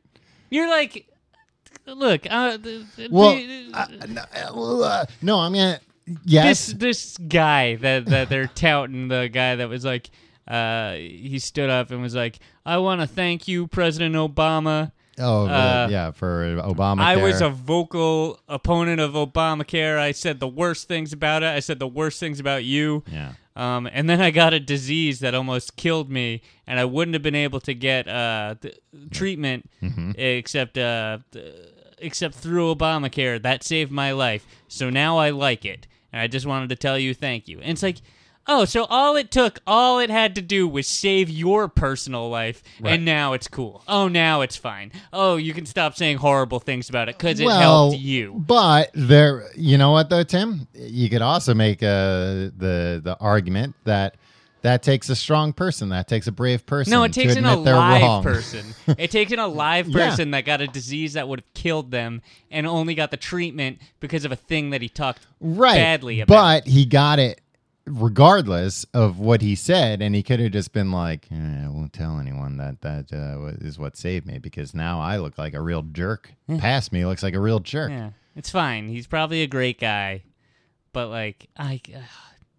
[SPEAKER 2] You're like look, uh, th- th-
[SPEAKER 1] well
[SPEAKER 2] th-
[SPEAKER 1] uh, no, uh, no I'm gonna yes
[SPEAKER 2] this this guy that that they're touting the guy that was like uh he stood up and was like i want to thank you president obama
[SPEAKER 1] oh
[SPEAKER 2] uh,
[SPEAKER 1] yeah for Obama
[SPEAKER 2] i was a vocal opponent of obamacare i said the worst things about it i said the worst things about you
[SPEAKER 1] yeah
[SPEAKER 2] um, and then I got a disease that almost killed me, and I wouldn't have been able to get uh, th- treatment
[SPEAKER 1] Mm-hmm.
[SPEAKER 2] except uh, th- except through Obamacare. That saved my life, so now I like it, and I just wanted to tell you thank you. And it's like, oh, so all it took, all it had to do was save your personal life,
[SPEAKER 1] Right.
[SPEAKER 2] and now it's cool. Oh, now it's fine. Oh, you can stop saying horrible things about it because it helped you.
[SPEAKER 1] But there, you know what though, Tim, you could also make uh, the the argument that that takes a strong person, that takes a brave person.
[SPEAKER 2] No, it takes
[SPEAKER 1] to
[SPEAKER 2] an
[SPEAKER 1] admit they're
[SPEAKER 2] alive
[SPEAKER 1] wrong.
[SPEAKER 2] person. It takes an alive
[SPEAKER 1] Yeah.
[SPEAKER 2] person that got a disease that would have killed them and only got the treatment because of a thing that he talked
[SPEAKER 1] right?
[SPEAKER 2] badly about.
[SPEAKER 1] but he got it regardless of what he said, and he could have just been like, eh, "I won't tell anyone that that uh, is what saved me," because now I look like a real jerk. Past me looks like a real jerk.
[SPEAKER 2] yeah, it's fine. He's probably a great guy, but like I, uh,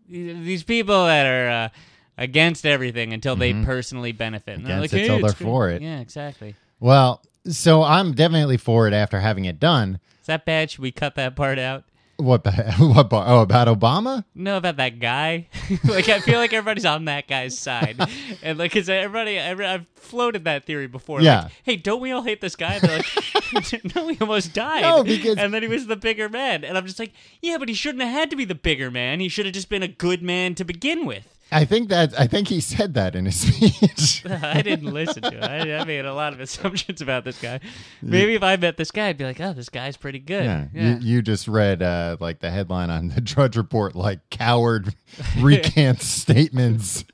[SPEAKER 2] these people that are uh, against everything until they personally benefit. And
[SPEAKER 1] Mm-hmm. Against
[SPEAKER 2] like,
[SPEAKER 1] it till
[SPEAKER 2] "Hey,
[SPEAKER 1] they're
[SPEAKER 2] it's great."
[SPEAKER 1] for it.
[SPEAKER 2] Yeah, exactly.
[SPEAKER 1] Well, so I'm definitely for it after having it done.
[SPEAKER 2] Is that bad? Should we cut that part out?
[SPEAKER 1] What? ba- What? Bar? Oh, about Obama.
[SPEAKER 2] know about that guy. like I feel like everybody's on that guy's side, and like because everybody, every, I've floated that theory before.
[SPEAKER 1] Yeah.
[SPEAKER 2] Like, hey, don't we all hate this guy? They're like, no, he almost died.
[SPEAKER 1] No, because-
[SPEAKER 2] and then he was the bigger man, and I'm just like, yeah, but he shouldn't have had to be the bigger man. He should have just been a good man to begin with.
[SPEAKER 1] I think that I think he said that in his speech.
[SPEAKER 2] I didn't listen to it. I, I made a lot of assumptions about this guy. Maybe if I met this guy, I'd be like, oh, this guy's pretty good.
[SPEAKER 1] yeah,
[SPEAKER 2] Yeah.
[SPEAKER 1] You, you just read uh, like the headline on the Drudge Report, like coward recants statements,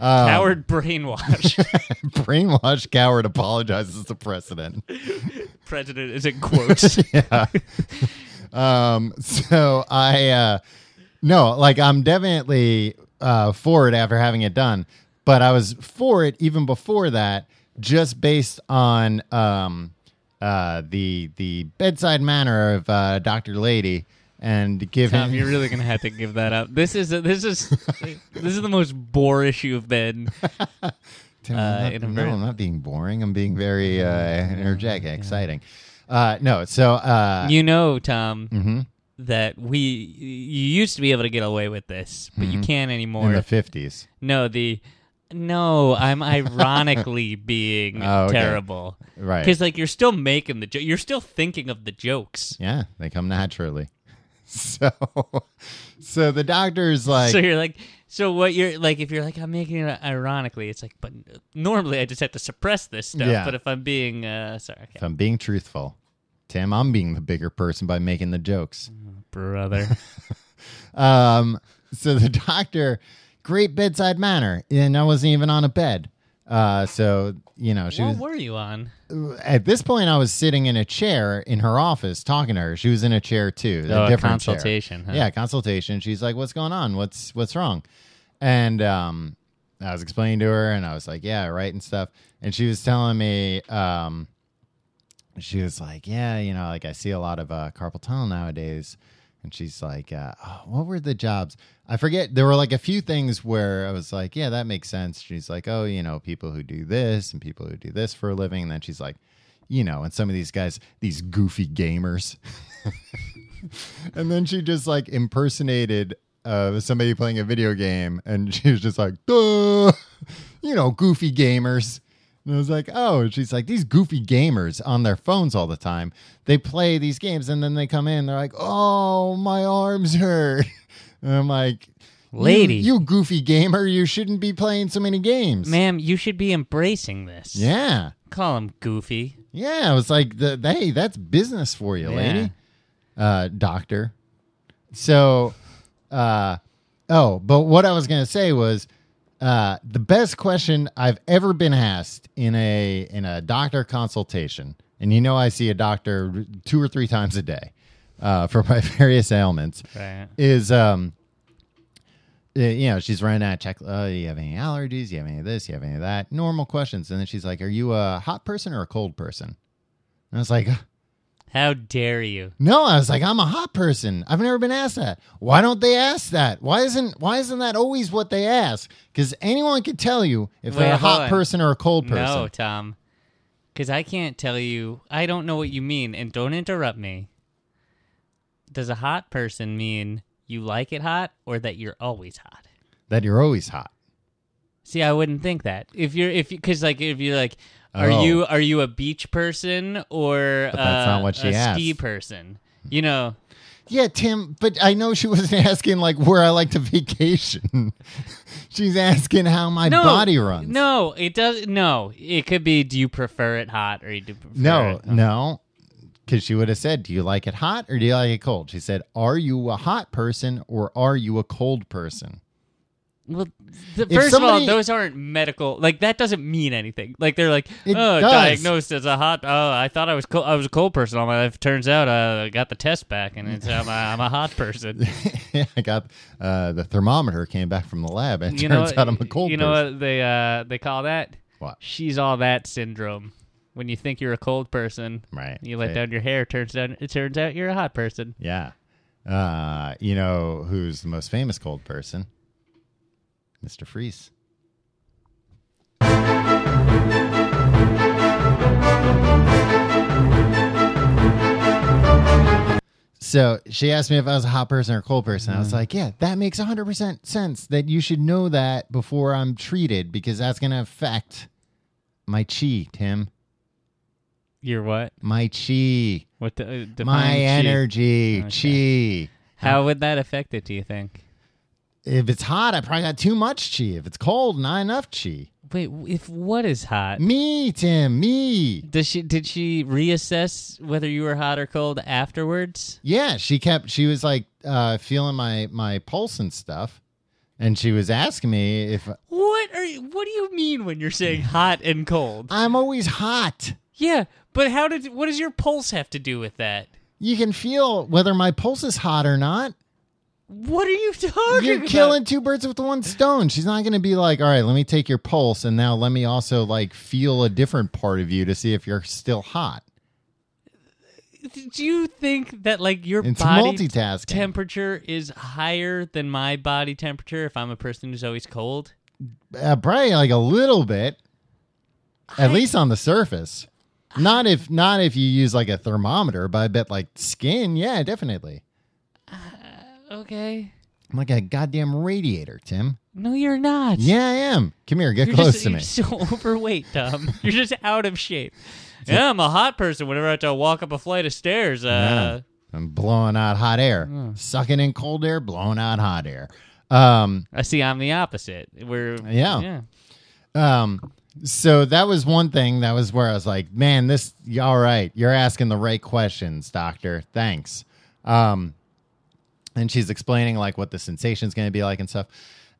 [SPEAKER 1] Um,
[SPEAKER 2] Howard brainwash.
[SPEAKER 1] brainwashed coward apologizes to president.
[SPEAKER 2] President is in quotes.
[SPEAKER 1] Um, so I uh, no, like I'm definitely uh, for it after having it done, but I was for it even before that, just based on um, uh, the the bedside manner of uh, Doctor Lady. And give
[SPEAKER 2] Tom,
[SPEAKER 1] him
[SPEAKER 2] you're really gonna have to give that up. This is this is this is the most boorish you've been.
[SPEAKER 1] Tim,
[SPEAKER 2] uh,
[SPEAKER 1] I'm not,
[SPEAKER 2] in a
[SPEAKER 1] no,
[SPEAKER 2] very-
[SPEAKER 1] I'm not being boring. I'm being very uh, energetic, exciting. Uh, no, so uh,
[SPEAKER 2] You know, Tom,
[SPEAKER 1] Mm-hmm.
[SPEAKER 2] that we you used to be able to get away with this, but you can't anymore.
[SPEAKER 1] in Mm-hmm. the fifties,
[SPEAKER 2] no, the no, I'm ironically being
[SPEAKER 1] Oh, okay.
[SPEAKER 2] terrible
[SPEAKER 1] right?
[SPEAKER 2] because like you're still making the jo- you're still thinking of the jokes.
[SPEAKER 1] yeah, they come naturally. So, so the doctor's like,
[SPEAKER 2] so you're like, so what you're like, if you're like, I'm making it ironically, it's like, but normally I just have to suppress this stuff.
[SPEAKER 1] Yeah.
[SPEAKER 2] But if I'm being, uh, sorry, okay.
[SPEAKER 1] if I'm being truthful, Tim, I'm being the bigger person by making the jokes.
[SPEAKER 2] brother.
[SPEAKER 1] Um, so the doctor, great bedside manner, and I wasn't even on a bed. Uh, so you know, she
[SPEAKER 2] what
[SPEAKER 1] was
[SPEAKER 2] were you on?
[SPEAKER 1] at this point, I was sitting in a chair in her office talking to her. She was in a chair too,
[SPEAKER 2] Oh,
[SPEAKER 1] a
[SPEAKER 2] a
[SPEAKER 1] different chair.
[SPEAKER 2] consultation. huh?
[SPEAKER 1] Yeah, consultation. She's like, "What's going on? What's what's wrong?" And um, I was explaining to her, and I was like, "Yeah, right," and stuff. And she was telling me, um, she was like, "Yeah, you know, like I see a lot of uh, carpal tunnel nowadays." and she's like, uh, oh, "What were the jobs? I forget." There were like a few things where I was like, "Yeah, that makes sense." She's like, "Oh, you know, people who do this and people who do this for a living." And then she's like, "You know," and some of these guys, these goofy gamers. and then she just like impersonated uh, somebody playing a video game, and she was just like, "Duh," you know, goofy gamers. And I was like, oh, and she's like, these goofy gamers on their phones all the time. They play these games and then they come in. They're like, oh, my arms hurt. And I'm like, "You-
[SPEAKER 2] Lady.
[SPEAKER 1] you, goofy gamer, you shouldn't be playing so many games.
[SPEAKER 2] Ma'am, you should be embracing this.
[SPEAKER 1] Yeah,
[SPEAKER 2] Call him goofy.
[SPEAKER 1] yeah. I was like, the, hey, that's business for you,
[SPEAKER 2] Yeah.
[SPEAKER 1] lady, uh, doctor. So, uh, oh, but what I was gonna say was uh, the best question I've ever been asked in a in a doctor consultation, and you know I see a doctor two or three times a day uh, for my various ailments
[SPEAKER 2] Right.
[SPEAKER 1] is um uh, you know she's running out of check uh, do you have any allergies do you have any of this do you have any of that normal questions and then she's like are you a hot person or a cold person and i was like
[SPEAKER 2] How dare you?
[SPEAKER 1] no i was like i'm a hot person i've never been asked that why don't they ask that why isn't why isn't that always what they ask because anyone could tell you if
[SPEAKER 2] Wait,
[SPEAKER 1] they're a
[SPEAKER 2] hold
[SPEAKER 1] hot
[SPEAKER 2] on.
[SPEAKER 1] person or a cold person
[SPEAKER 2] No, Tom. Because I can't tell you. I don't know what you mean, and don't interrupt me. Does a hot person mean you like it hot or that you're always hot?
[SPEAKER 1] that you're always hot
[SPEAKER 2] See, I wouldn't think that. If you're, if because like if you're like, are
[SPEAKER 1] Oh.
[SPEAKER 2] you are you a beach person or
[SPEAKER 1] But that's
[SPEAKER 2] uh,
[SPEAKER 1] not what she
[SPEAKER 2] a ski
[SPEAKER 1] asked.
[SPEAKER 2] person? You know,
[SPEAKER 1] Yeah, Tim, but I know she wasn't asking like where I like to vacation. She's asking how my
[SPEAKER 2] no
[SPEAKER 1] body runs.
[SPEAKER 2] No, it does. No, it could be. Do you prefer it hot or you do prefer
[SPEAKER 1] no,
[SPEAKER 2] it- um,
[SPEAKER 1] no. Because she would have said, Do you like it hot or do you like it cold? She said, Are you a hot person or are you a cold person?
[SPEAKER 2] Well, the, first
[SPEAKER 1] somebody-
[SPEAKER 2] of all, those aren't medical. Like that doesn't mean anything. Like they're like,
[SPEAKER 1] It
[SPEAKER 2] oh,
[SPEAKER 1] does.
[SPEAKER 2] diagnosed as a hot. Oh, I thought I was cold. I was a cold person all my life. Turns out uh, I got the test back, and it's, I'm, a, I'm a hot person.
[SPEAKER 1] I got uh, the thermometer came back from the lab. and It
[SPEAKER 2] you know,
[SPEAKER 1] turns out I'm a cold
[SPEAKER 2] You know
[SPEAKER 1] person.
[SPEAKER 2] what they uh, they call that?
[SPEAKER 1] What?
[SPEAKER 2] She's all that syndrome. When you think you're a cold person,
[SPEAKER 1] Right.
[SPEAKER 2] You let
[SPEAKER 1] They-
[SPEAKER 2] down your hair. Turns down. It turns out you're a hot person.
[SPEAKER 1] Yeah. Uh, you know who's the most famous cold person? Mr. Freeze. So she asked me if I was a hot person or a cold person.
[SPEAKER 2] Mm-hmm.
[SPEAKER 1] I was like, yeah, that makes 100% sense that you should know that before I'm treated because that's going to affect my chi, Tim.
[SPEAKER 2] You're what?
[SPEAKER 1] My chi.
[SPEAKER 2] What the, uh, define
[SPEAKER 1] My
[SPEAKER 2] chi.
[SPEAKER 1] energy.
[SPEAKER 2] Okay.
[SPEAKER 1] Chi.
[SPEAKER 2] How would that affect it? Do you think?
[SPEAKER 1] If it's hot, I probably got too much chi. If it's cold, not enough chi.
[SPEAKER 2] Wait, if what is hot?
[SPEAKER 1] Me, Tim, me.
[SPEAKER 2] Does she did she reassess whether you were hot or cold afterwards?
[SPEAKER 1] Yeah, she kept. She was like uh, feeling my my pulse and stuff, and she was asking me if
[SPEAKER 2] What are you, what do you mean when you're saying hot and cold?
[SPEAKER 1] I'm always hot.
[SPEAKER 2] Yeah, but how did what does your pulse have to do with that?
[SPEAKER 1] You can feel whether my pulse is hot or not.
[SPEAKER 2] What are you talking
[SPEAKER 1] You're
[SPEAKER 2] about?
[SPEAKER 1] killing two birds with one stone. She's not going to be like, all right, let me take your pulse, and now let me also like feel a different part of you to see if you're still hot.
[SPEAKER 2] Do you think that like your
[SPEAKER 1] It's
[SPEAKER 2] body
[SPEAKER 1] multitasking.
[SPEAKER 2] temperature is higher than my body temperature if I'm a person who's always cold?
[SPEAKER 1] Uh, probably like a little bit, at
[SPEAKER 2] I-
[SPEAKER 1] least on the surface. Not if not if you use like a thermometer, but I bet like skin, yeah, definitely.
[SPEAKER 2] Okay.
[SPEAKER 1] I'm like a goddamn radiator, Tim.
[SPEAKER 2] No, you're not.
[SPEAKER 1] Yeah, I am. Come here, get
[SPEAKER 2] You're
[SPEAKER 1] close
[SPEAKER 2] just,
[SPEAKER 1] to
[SPEAKER 2] you're
[SPEAKER 1] me.
[SPEAKER 2] so overweight, Tom. you're just out of shape. Yeah, I'm a hot person. Whenever I have to walk up a flight of stairs, uh,
[SPEAKER 1] I'm blowing out hot air, sucking in cold air, blowing out hot air. Um,
[SPEAKER 2] I see I'm the opposite. We're
[SPEAKER 1] Yeah. um, so that was one thing. That was where I was like, man, this. All right, you're asking the right questions, doctor. Thanks. Um, and she's explaining like what the sensation's going to be like and stuff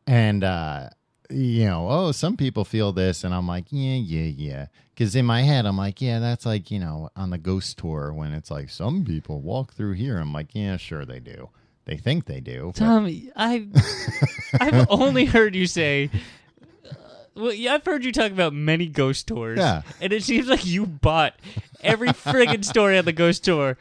[SPEAKER 1] and uh you know oh some people feel this and i'm like yeah yeah yeah because in my head i'm like yeah that's like you know on the ghost tour when it's like some people walk through here i'm like yeah sure they do they think they do but-
[SPEAKER 2] Tom, I I've only heard you say. uh, Well, yeah, I've heard you talk about many ghost tours,
[SPEAKER 1] Yeah.
[SPEAKER 2] and it seems like you bought every friggin' story on the ghost tour,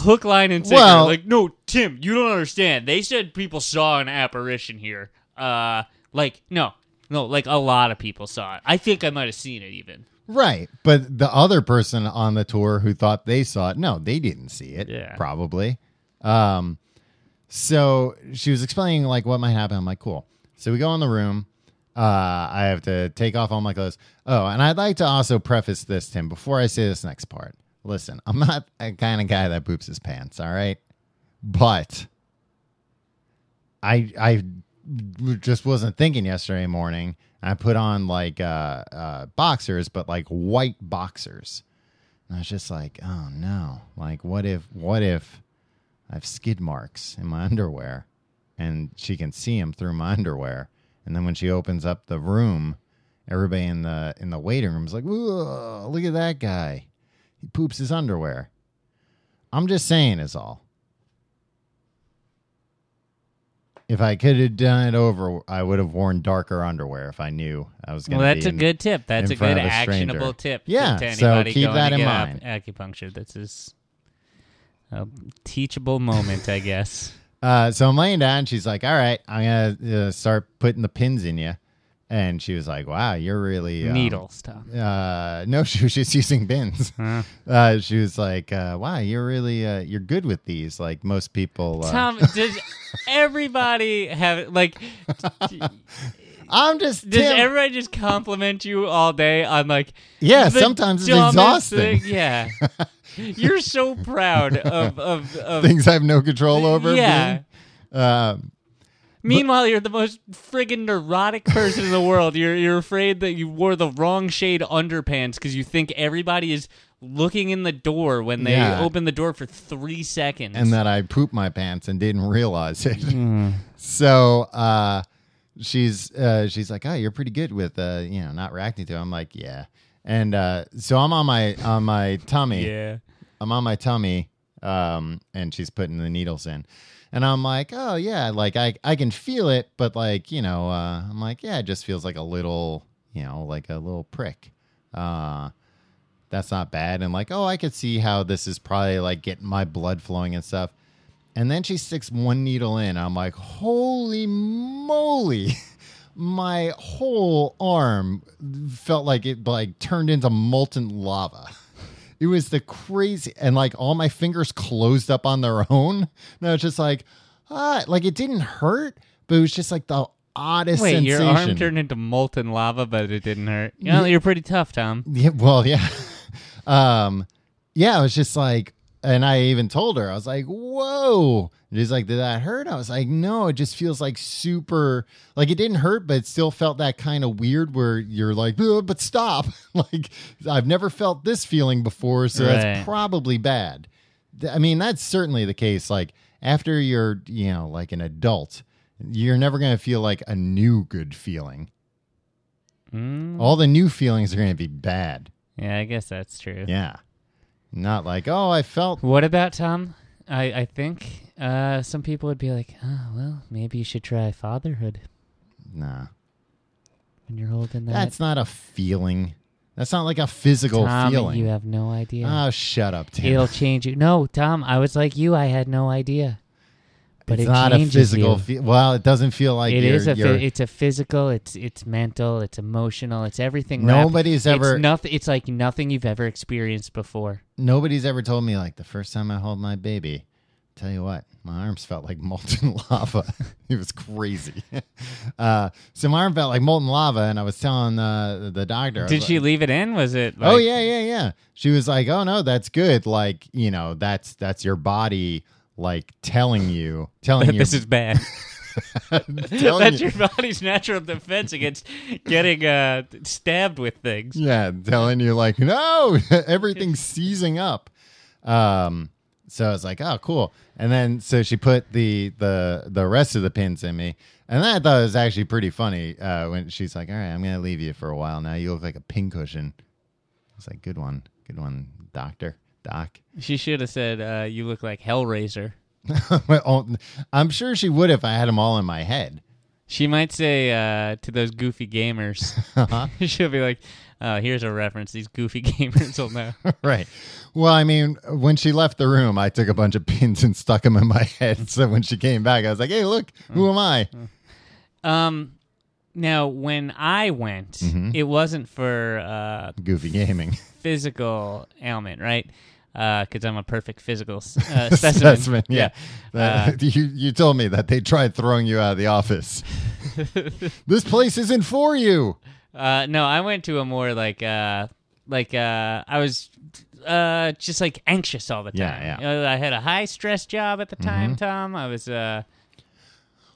[SPEAKER 2] hook, line, and sinker.
[SPEAKER 1] Well-
[SPEAKER 2] like, no, Tim, you don't understand. They said people saw an apparition here. Uh, like no, no, like a lot of people saw it. I think I might have seen it even.
[SPEAKER 1] Right. But the other person on the tour who thought they saw it, no, they didn't see it.
[SPEAKER 2] Yeah.
[SPEAKER 1] Probably. Um, so she was explaining like what might happen. I'm like, cool. So we go in the room. Uh, I have to take off all my clothes. Oh, and I'd like to also preface this, Tim, before I say this next part. Listen, I'm not a kind of guy that poops his pants, all right? But I I just wasn't thinking yesterday morning. I put on like uh, uh, boxers, but like white boxers. And I was just like, oh no! Like, what if? What if I have skid marks in my underwear, and she can see them through my underwear? And then when she opens up the room, everybody in the in the waiting room is like, "Whoa, look at that guy! He poops his underwear." I'm just saying, is all. If I could have done it over, I would have worn darker underwear if I knew I was going
[SPEAKER 2] Well,
[SPEAKER 1] to.
[SPEAKER 2] that's
[SPEAKER 1] be
[SPEAKER 2] a
[SPEAKER 1] in-
[SPEAKER 2] good tip. That's
[SPEAKER 1] in
[SPEAKER 2] a
[SPEAKER 1] front
[SPEAKER 2] good
[SPEAKER 1] of a stranger.
[SPEAKER 2] actionable tip. to-
[SPEAKER 1] Yeah,
[SPEAKER 2] to
[SPEAKER 1] so
[SPEAKER 2] anybody
[SPEAKER 1] keep
[SPEAKER 2] going
[SPEAKER 1] that
[SPEAKER 2] to
[SPEAKER 1] in
[SPEAKER 2] get
[SPEAKER 1] mind.
[SPEAKER 2] ac- Acupuncture. This is a teachable moment, I guess.
[SPEAKER 1] Uh, so I'm laying down. She's like, "All right, I'm gonna uh, start putting the pins in you." And she was like, "Wow, you're really um,
[SPEAKER 2] Needle Uh-huh. stuff.
[SPEAKER 1] Uh, no, she was just using pins.
[SPEAKER 2] Huh.
[SPEAKER 1] Uh, she was like, uh, "Wow, you're really uh, you're good with these." Like most people, uh,
[SPEAKER 2] Tom, does everybody have like? d-
[SPEAKER 1] I'm just
[SPEAKER 2] Does
[SPEAKER 1] Tim.
[SPEAKER 2] everybody just compliment you all day on like?
[SPEAKER 1] yeah.
[SPEAKER 2] the
[SPEAKER 1] Sometimes it's
[SPEAKER 2] dumbest
[SPEAKER 1] exhausting.
[SPEAKER 2] thing? Yeah, you're so proud of of of.
[SPEAKER 1] Things I have no control over.
[SPEAKER 2] Yeah.
[SPEAKER 1] being- uh,
[SPEAKER 2] Meanwhile, you're the most friggin' neurotic person in the world. You're you're afraid that you wore the wrong shade underpants because you think everybody is looking in the door when they
[SPEAKER 1] Yeah.
[SPEAKER 2] open the door for three seconds.
[SPEAKER 1] and that I pooped my pants and didn't realize it. So uh, she's uh, she's like, "Oh, you're pretty good with uh, you know not reacting to." It. I'm like, "Yeah," and uh, so I'm on my on my tummy.
[SPEAKER 2] yeah,
[SPEAKER 1] I'm on my tummy, um, and she's putting the needles in, and I'm like, "Oh yeah," like I I can feel it, but like you know, uh, I'm like, "Yeah," it just feels like a little you know like a little prick. Uh, that's not bad. And like, oh, I could see how this is probably like getting my blood flowing and stuff. And then she sticks one needle in. I'm like, holy moly. My whole arm felt like it like turned into molten lava. It was the crazy and like all my fingers closed up on their own. And I was just like, ah, like it didn't hurt, but it was just like the oddest
[SPEAKER 2] wait,
[SPEAKER 1] sensation.
[SPEAKER 2] your arm turned into molten lava, but it didn't hurt. You know, you're pretty tough, Tom.
[SPEAKER 1] Yeah, well, yeah. Um, yeah, I was just like, and I even told her, I was like, whoa. And she's like, did that hurt? I was like, no, it just feels like super, like it didn't hurt, but it still felt that kind of weird where you're like, "Ugh, but stop. like, I've never felt this feeling before, so
[SPEAKER 2] Right.
[SPEAKER 1] that's probably bad. Th- I mean, that's certainly the case. Like, after you're, you know, like an adult, you're never going to feel like a new good feeling.
[SPEAKER 2] Mm,
[SPEAKER 1] All the new feelings are going to be bad.
[SPEAKER 2] yeah, I guess that's true.
[SPEAKER 1] Yeah. Not like, oh, I felt.
[SPEAKER 2] What about Tom? I I think uh, some people would be like, oh well, maybe you should try fatherhood
[SPEAKER 1] Nah.
[SPEAKER 2] when you're holding that.
[SPEAKER 1] That's not a feeling. That's not like a physical
[SPEAKER 2] Tom,
[SPEAKER 1] feeling.
[SPEAKER 2] you have no idea.
[SPEAKER 1] Oh, shut up, Tim.
[SPEAKER 2] It'll change you. No, Tom, I was like you. I had no idea. But
[SPEAKER 1] it's
[SPEAKER 2] it
[SPEAKER 1] not a
[SPEAKER 2] changes
[SPEAKER 1] physical
[SPEAKER 2] you.
[SPEAKER 1] feeling. Well, it doesn't feel like
[SPEAKER 2] It
[SPEAKER 1] you're,
[SPEAKER 2] is a. phy-
[SPEAKER 1] you're-
[SPEAKER 2] it's a physical. It's it's mental. It's emotional. It's everything. wrapped-
[SPEAKER 1] Nobody's ever
[SPEAKER 2] It's nothing. It's like nothing you've ever experienced before.
[SPEAKER 1] nobody's ever told me like the first time I held my baby. Tell you what, my arms felt like molten lava. it was crazy. uh, so my arm felt like molten lava, and I was telling uh, the doctor. I was
[SPEAKER 2] Did
[SPEAKER 1] like-
[SPEAKER 2] she leave it in? Was it?
[SPEAKER 1] oh yeah, yeah, yeah. She was like, "Oh no, that's good. Like, you know, that's that's your body like telling you, telling you,
[SPEAKER 2] This is bad.
[SPEAKER 1] telling
[SPEAKER 2] That's
[SPEAKER 1] you-
[SPEAKER 2] your body's natural defense against getting uh, stabbed with things.
[SPEAKER 1] yeah, telling you like, no, everything's seizing up." Um, so I was like, "Oh, cool." And then so she put the the the rest of the pins in me, and then I thought it was actually pretty funny uh, when she's like, "All right, I'm gonna leave you for a while now. You look like a pincushion." I was like, "Good one, good one, doctor, doc."
[SPEAKER 2] She should have said, uh, "You look like Hellraiser."
[SPEAKER 1] Well, I'm sure she would if I had them all in my head.
[SPEAKER 2] She might say uh, to those goofy gamers, she'll be like, Oh, here's a reference. These goofy gamers will know.
[SPEAKER 1] right. Well, I mean, when she left the room, I took a bunch of pins and stuck them in my head. So when she came back, I was like, "Hey, look, who am I?"
[SPEAKER 2] Um, now when I went, it wasn't for uh,
[SPEAKER 1] Goofy gaming
[SPEAKER 2] physical ailment, right? Because I'm a perfect physical s- uh, specimen.
[SPEAKER 1] Yeah. That- you you told me that they tried throwing you out of the office. this place isn't for you.
[SPEAKER 2] Uh, no, I went to a more like uh, like uh, I was uh, just like anxious all the time.
[SPEAKER 1] Yeah, yeah. Mm-hmm.
[SPEAKER 2] You know, I had a high stress job at the time, Tom. I was uh,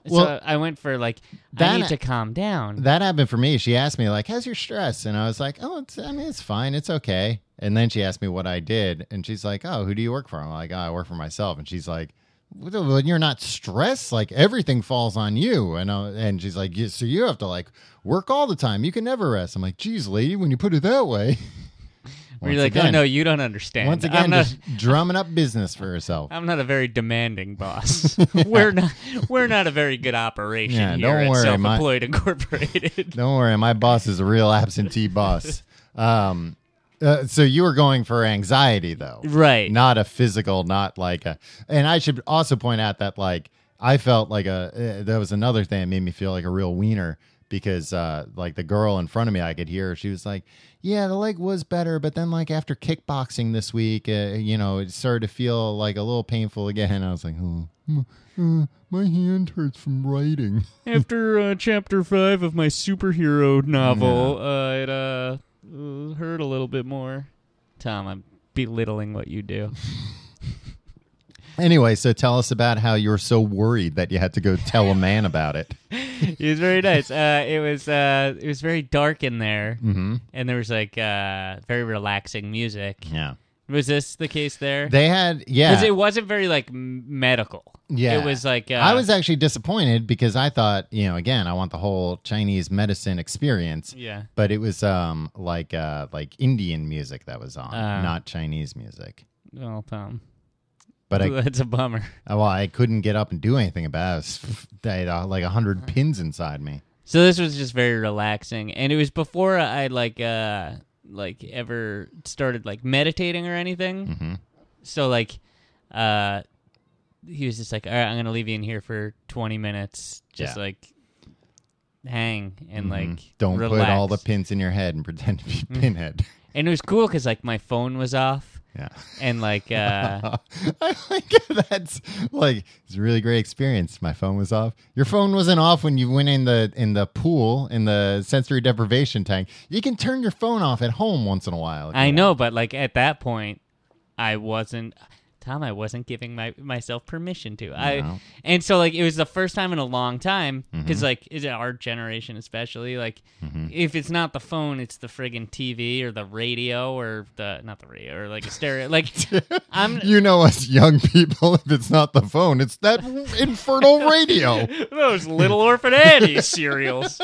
[SPEAKER 1] Well,
[SPEAKER 2] so I went for like I
[SPEAKER 1] that-
[SPEAKER 2] need to calm down.
[SPEAKER 1] That happened for me. She asked me like, "How's your stress?" And I was like, "Oh, it's, I mean, it's fine. It's okay." And then she asked me what I did, and she's like, "Oh, who do you work for?" I'm like, oh, "I work for myself." And she's like, "When you're not stressed, like everything falls on you." And I, and she's like, yeah, "So you have to like work all the time. You can never rest." I'm like, "Geez, lady, when you put it that way."
[SPEAKER 2] Where
[SPEAKER 1] Once
[SPEAKER 2] you're like, oh
[SPEAKER 1] again-
[SPEAKER 2] no, you don't understand.
[SPEAKER 1] Once
[SPEAKER 2] I'm
[SPEAKER 1] again,
[SPEAKER 2] not-
[SPEAKER 1] just drumming up business for herself.
[SPEAKER 2] I'm not a very demanding boss. We're not we're not a very good operation
[SPEAKER 1] Yeah,
[SPEAKER 2] here
[SPEAKER 1] don't
[SPEAKER 2] at
[SPEAKER 1] worry, my-
[SPEAKER 2] Self-Employed Incorporated.
[SPEAKER 1] Don't worry, my boss is a real absentee boss. Um, uh, so you were going for anxiety though,
[SPEAKER 2] Right.
[SPEAKER 1] Not a physical, not like a. And I should also point out that like I felt like a. Uh, that was another thing that made me feel like a real wiener because uh, like the girl in front of me, I could hear her, she was like, "Yeah, the leg was better, but then like after kickboxing this week, uh, you know, it started to feel like a little painful again." I was like, "Oh, m- uh, my hand hurts from writing."
[SPEAKER 2] After uh, chapter 5 of my superhero novel, uh, it uh, uh, hurt a little bit more. Tom, I'm belittling what you do.
[SPEAKER 1] Anyway, so tell us about how you were so worried that you had to go tell a man about it.
[SPEAKER 2] it was very nice. Uh, it was uh, it was very dark in there, mm-hmm. and there was like uh, very relaxing music.
[SPEAKER 1] Yeah.
[SPEAKER 2] Was this the case there?
[SPEAKER 1] They had, yeah.
[SPEAKER 2] Because it wasn't very like m- medical.
[SPEAKER 1] yeah.
[SPEAKER 2] it was like uh,
[SPEAKER 1] I was actually disappointed because I thought, you know, again, I want the whole Chinese medicine experience.
[SPEAKER 2] Yeah.
[SPEAKER 1] But it was um like uh like Indian music that was on,
[SPEAKER 2] Ah.
[SPEAKER 1] not Chinese music.
[SPEAKER 2] Well, Tom,
[SPEAKER 1] But I,
[SPEAKER 2] that's a bummer.
[SPEAKER 1] well, I couldn't get up and do anything about it. I, was, I had uh, like a hundred pins inside me.
[SPEAKER 2] So this was just very relaxing, and it was before I like uh like ever started like meditating or anything.
[SPEAKER 1] Hmm.
[SPEAKER 2] Mm-hmm. So like, uh, he was just like, "All right, I'm gonna leave you in here for 20 minutes, just
[SPEAKER 1] Yeah.
[SPEAKER 2] like hang and like
[SPEAKER 1] Mm-hmm. Don't put all the
[SPEAKER 2] relax." Mm-hmm.
[SPEAKER 1] pins in your head and pretend to be pinhead.
[SPEAKER 2] and it was cool because like my phone was off,
[SPEAKER 1] Yeah.
[SPEAKER 2] and like uh,
[SPEAKER 1] I like that's like it's a really great experience. My phone was off. Your phone wasn't off when you went in the in the pool in the sensory deprivation tank. You can turn your phone off at home once in a while. if you
[SPEAKER 2] I
[SPEAKER 1] want.
[SPEAKER 2] know, but like at that point, I wasn't. Tom, I wasn't giving my myself permission to. I
[SPEAKER 1] No.
[SPEAKER 2] and so like it was the first time in a long time because like is it our generation especially like if it's not the phone, it's the friggin' TV or the radio or the not the radio or like a stereo. Like I'm
[SPEAKER 1] You know us young people. If it's not the phone, it's that infernal radio
[SPEAKER 2] those little orphan Annie serials.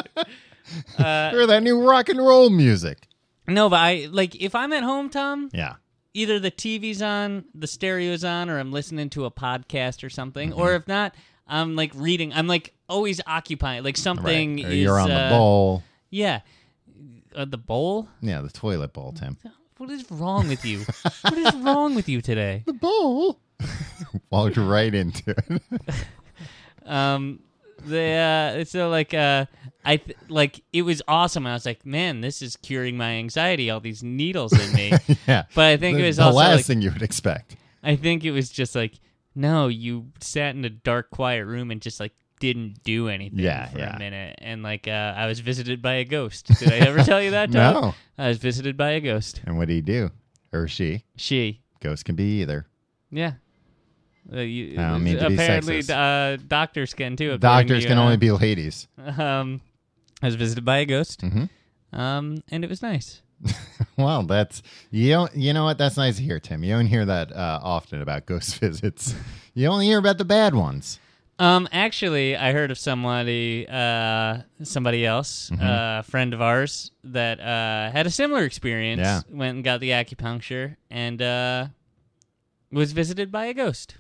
[SPEAKER 1] or that new rock and roll music.
[SPEAKER 2] No, but I like if I'm at home, Tom.
[SPEAKER 1] Yeah,
[SPEAKER 2] either the TV's on, the stereo's on, or I'm listening to a podcast or something. Or
[SPEAKER 1] Mm-hmm.
[SPEAKER 2] if not, I'm like reading. I'm like always occupied. Like
[SPEAKER 1] right.
[SPEAKER 2] something
[SPEAKER 1] Or
[SPEAKER 2] is.
[SPEAKER 1] you're on
[SPEAKER 2] uh,
[SPEAKER 1] the bowl.
[SPEAKER 2] Yeah. Uh, the bowl?
[SPEAKER 1] Yeah, the toilet bowl, Tim.
[SPEAKER 2] What is wrong with you? what is wrong with you today?
[SPEAKER 1] The bowl. Walked right into it.
[SPEAKER 2] Um, the uh, so like uh, I th- like it was awesome. I was like, man, this is curing my anxiety. All these needles in me.
[SPEAKER 1] yeah,
[SPEAKER 2] But I think
[SPEAKER 1] the,
[SPEAKER 2] it was
[SPEAKER 1] the
[SPEAKER 2] also
[SPEAKER 1] last
[SPEAKER 2] like,
[SPEAKER 1] thing you would expect.
[SPEAKER 2] I think it was just like, no, you sat in a dark, quiet room and just like didn't do anything
[SPEAKER 1] Yeah,
[SPEAKER 2] for
[SPEAKER 1] yeah.
[SPEAKER 2] a minute. And like, uh, I was visited by a ghost. Did I ever tell you that? Tom?
[SPEAKER 1] No.
[SPEAKER 2] I was visited by a ghost.
[SPEAKER 1] And what do you do? Or she?
[SPEAKER 2] She,
[SPEAKER 1] Ghosts can be either.
[SPEAKER 2] yeah. Uh, you,
[SPEAKER 1] I don't mean to be
[SPEAKER 2] apparently,
[SPEAKER 1] sexist.
[SPEAKER 2] uh, doctors can too. according
[SPEAKER 1] Doctors
[SPEAKER 2] to,
[SPEAKER 1] can
[SPEAKER 2] uh,
[SPEAKER 1] only be ladies.
[SPEAKER 2] Um, I was visited by a ghost,
[SPEAKER 1] Mhm.
[SPEAKER 2] um, and it was nice.
[SPEAKER 1] Well, that's you don't. You know what? That's nice to hear, Tim. You don't hear that uh, often about ghost visits. You only hear about the bad ones.
[SPEAKER 2] Um, actually, I heard of somebody, uh, somebody else, uh, a friend of ours that uh, had a similar experience.
[SPEAKER 1] Yeah.
[SPEAKER 2] Went and got the acupuncture and uh, was visited by a ghost.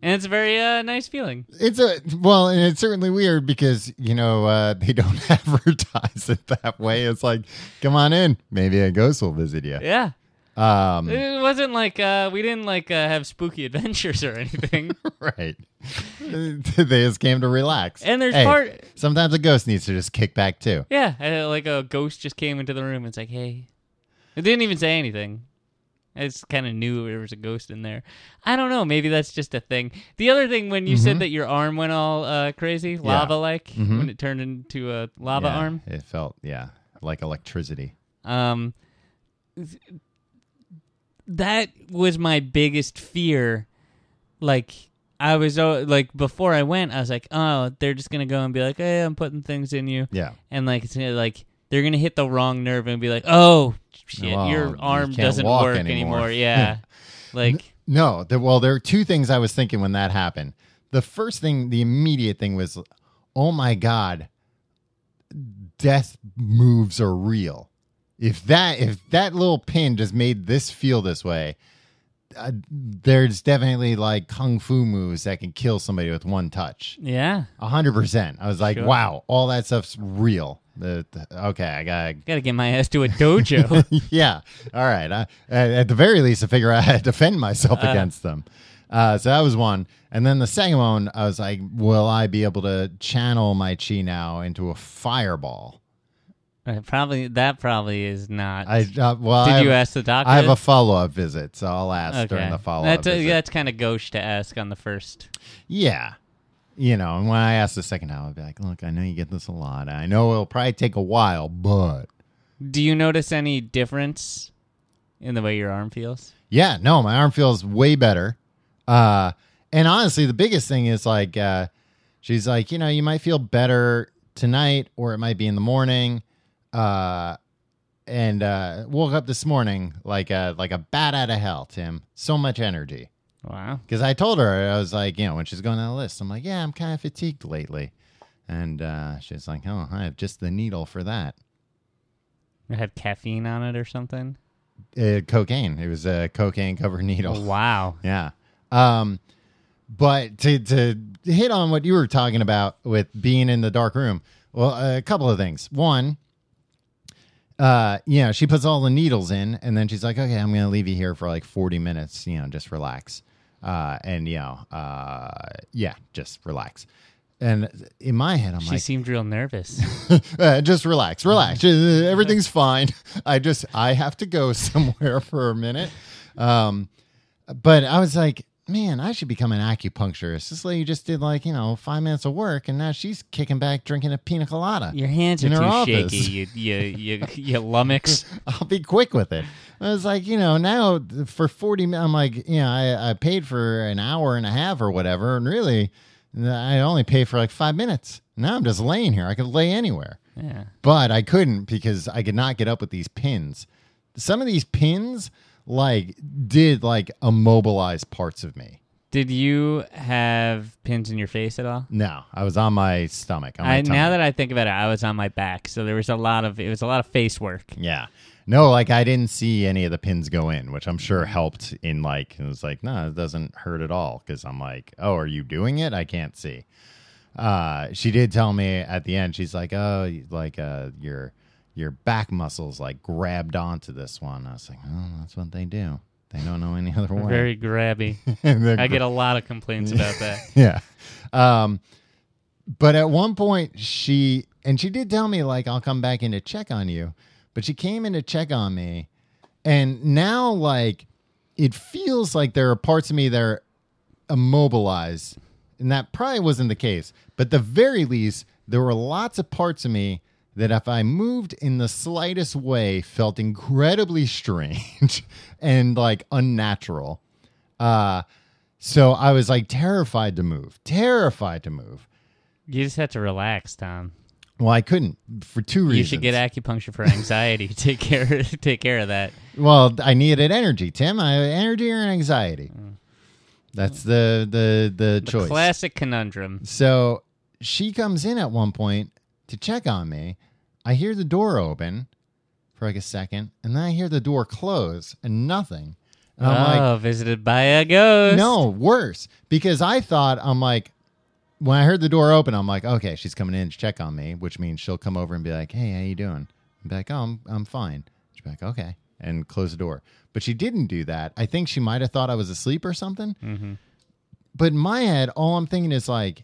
[SPEAKER 2] and it's a very uh, nice feeling.
[SPEAKER 1] It's a well, and it's certainly weird because you know uh, they don't advertise it that way. It's like, come on in, maybe a ghost will visit you.
[SPEAKER 2] Yeah.
[SPEAKER 1] Um,
[SPEAKER 2] It wasn't like uh, we didn't like uh, have spooky adventures or anything.
[SPEAKER 1] right? they just came to relax.
[SPEAKER 2] And there's
[SPEAKER 1] Hey,
[SPEAKER 2] part-
[SPEAKER 1] Sometimes a ghost needs to just kick back too.
[SPEAKER 2] yeah, I, like a ghost just came into the room. It's like, hey, it didn't even say anything. I just kind of knew there was a ghost in there. I don't know. Maybe that's just a thing. The other thing, when you said that your arm went all uh, crazy, lava like, when it turned into a lava
[SPEAKER 1] Yeah,
[SPEAKER 2] arm,
[SPEAKER 1] It felt yeah, like electricity.
[SPEAKER 2] um, th- that was my biggest fear. Like I was uh, like before I went, I was like, oh, they're just gonna go and be like, hey, I'm putting things in you,
[SPEAKER 1] Yeah.
[SPEAKER 2] and like it's gonna, like they're gonna hit the wrong nerve and be like, oh shit,
[SPEAKER 1] Well,
[SPEAKER 2] your
[SPEAKER 1] you
[SPEAKER 2] arm
[SPEAKER 1] can't
[SPEAKER 2] doesn't
[SPEAKER 1] walk
[SPEAKER 2] work
[SPEAKER 1] anymore."
[SPEAKER 2] anymore. Yeah, like
[SPEAKER 1] No, the, well, there are two things I was thinking when that happened. The first thing, the immediate thing was, oh my God, death moves are real. If that if that little pin just made this feel this way, uh, there's definitely like kung fu moves that can kill somebody with one touch.
[SPEAKER 2] yeah,
[SPEAKER 1] A hundred percent. I was like,
[SPEAKER 2] Sure.
[SPEAKER 1] wow, all that stuff's real. The, the- okay, I gotta
[SPEAKER 2] gotta get my ass to a dojo.
[SPEAKER 1] yeah. All right. I, at, at the very least, I figure I had to defend myself against them. Uh, so that was one. And then the second one, I was like, will I be able to channel my chi now into a fireball?
[SPEAKER 2] Uh, probably that probably is not.
[SPEAKER 1] I uh, well,
[SPEAKER 2] Did
[SPEAKER 1] I have,
[SPEAKER 2] you ask the doctor?
[SPEAKER 1] I have a follow up visit, so I'll ask during the follow up
[SPEAKER 2] That's uh,
[SPEAKER 1] visit.
[SPEAKER 2] that's kind of gauche to ask on the first.
[SPEAKER 1] Yeah. You know, and when I asked the second time, I'd be like, look, I know you get this a lot. I know it'll probably take a while, but
[SPEAKER 2] Do you notice any difference in the way your arm feels?
[SPEAKER 1] Yeah, no, my arm feels way better. Uh, and honestly, the biggest thing is like, uh, she's like, you know, you might feel better tonight or it might be in the morning. Uh, and uh, woke up this morning like a like a bat out of hell, Tim. So much energy.
[SPEAKER 2] Wow.
[SPEAKER 1] Because I told her I was like, you know, when she's going down the list, I'm like, yeah, I'm kind of fatigued lately. And uh, she's like, oh, I have just the needle for that.
[SPEAKER 2] It had caffeine on it or something?
[SPEAKER 1] Uh, cocaine. It was a cocaine covered needle.
[SPEAKER 2] Oh, wow.
[SPEAKER 1] Yeah. Um, but to to hit on what you were talking about with being in the dark room, well, a couple of things. One, uh, you know, she puts all the needles in, and then she's like, "Okay, I'm gonna leave you here for like 40 minutes. You know, just relax." Uh, and you know, uh, yeah, just relax. And in my head, I'm
[SPEAKER 2] She
[SPEAKER 1] like,
[SPEAKER 2] seemed real nervous.
[SPEAKER 1] uh, just relax, relax. Uh, Everything's fine. I just I have to go somewhere for a minute. Um, but I was like, man, I should become an acupuncturist. This lady just did like you know five minutes of work, and now she's kicking back drinking a pina colada.
[SPEAKER 2] Your hands are
[SPEAKER 1] In her
[SPEAKER 2] too
[SPEAKER 1] office.
[SPEAKER 2] shaky, you you you you lummox.
[SPEAKER 1] I'll be quick with it. I was like, you know, now for 40 minutes, I'm like, you know, I, I paid for an hour and a half or whatever. And really, I only pay for like five minutes. Now I'm just laying here. I could lay anywhere.
[SPEAKER 2] Yeah.
[SPEAKER 1] but I couldn't because I could not get up with these pins. Some of these pins like did like immobilize parts of me.
[SPEAKER 2] Did you have pins in your face at all?
[SPEAKER 1] No, I was on my stomach. On my
[SPEAKER 2] I,
[SPEAKER 1] tummy.
[SPEAKER 2] now that I think about it, I was on my back, so there was a lot of it was a lot of face work.
[SPEAKER 1] yeah, no, like I didn't see any of the pins go in, which I'm sure
[SPEAKER 2] Mm-hmm.
[SPEAKER 1] helped in like it was like no, it doesn't hurt at all because I'm like, oh, are you doing it? I can't see. Uh, she did tell me at the end. She's like, oh, you- like uh, your your back muscles like grabbed onto this one. I was like, oh, that's what they do. They don't know any other way.
[SPEAKER 2] Very grabby.
[SPEAKER 1] They're
[SPEAKER 2] I get a lot of complaints about that.
[SPEAKER 1] yeah. Um, but at one point, she and she did tell me like I'll come back in to check on you, but she came in to check on me, and now like it feels like there are parts of me that are immobilized, and that probably wasn't the case. But the very least, there were lots of parts of me that if I moved in the slightest way, felt incredibly strange and like unnatural. Uh, so I was like terrified to move, terrified to move.
[SPEAKER 2] You just have to relax, Tom.
[SPEAKER 1] Well, I couldn't for two reasons.
[SPEAKER 2] You should get acupuncture for anxiety. take care take care of that.
[SPEAKER 1] Well, I needed energy, Tim. I energy or anxiety. That's the the the,
[SPEAKER 2] The
[SPEAKER 1] choice.
[SPEAKER 2] classic conundrum.
[SPEAKER 1] So she comes in at one point to check on me. I hear the door open for like a second, and then I hear the door close and nothing. And I'm like,
[SPEAKER 2] oh, visited by a ghost.
[SPEAKER 1] No, worse. Because I thought, I'm like, when I heard the door open, I'm like, okay, she's coming in to check on me, which means she'll come over and be like, hey, how you doing? i be like, oh, I'm, I'm fine. She'd be like, okay, and close the door. But she didn't do that. I think she might have thought I was asleep or something. But in my head, all I'm thinking is like,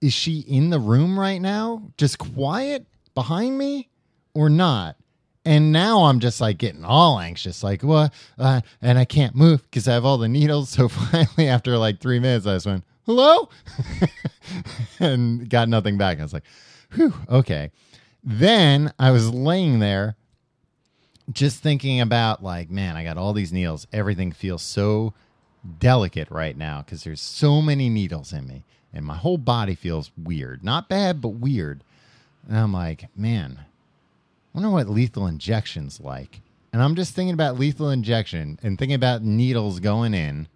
[SPEAKER 1] is she in the room right now, just quiet behind me, or not? And now I'm just like getting all anxious, like what? Uh, and I can't move because I have all the needles. So finally, after like three minutes, I just went hello, and got nothing back. I was like, "Whew, okay." Then I was laying there, just thinking about like, man, I got all these needles. Everything feels so delicate right now because there's so many needles in me, and my whole body feels weird. Not bad, but weird. And I'm like, man, I wonder what lethal injection's like. And I'm just thinking about lethal injection and thinking about needles going in,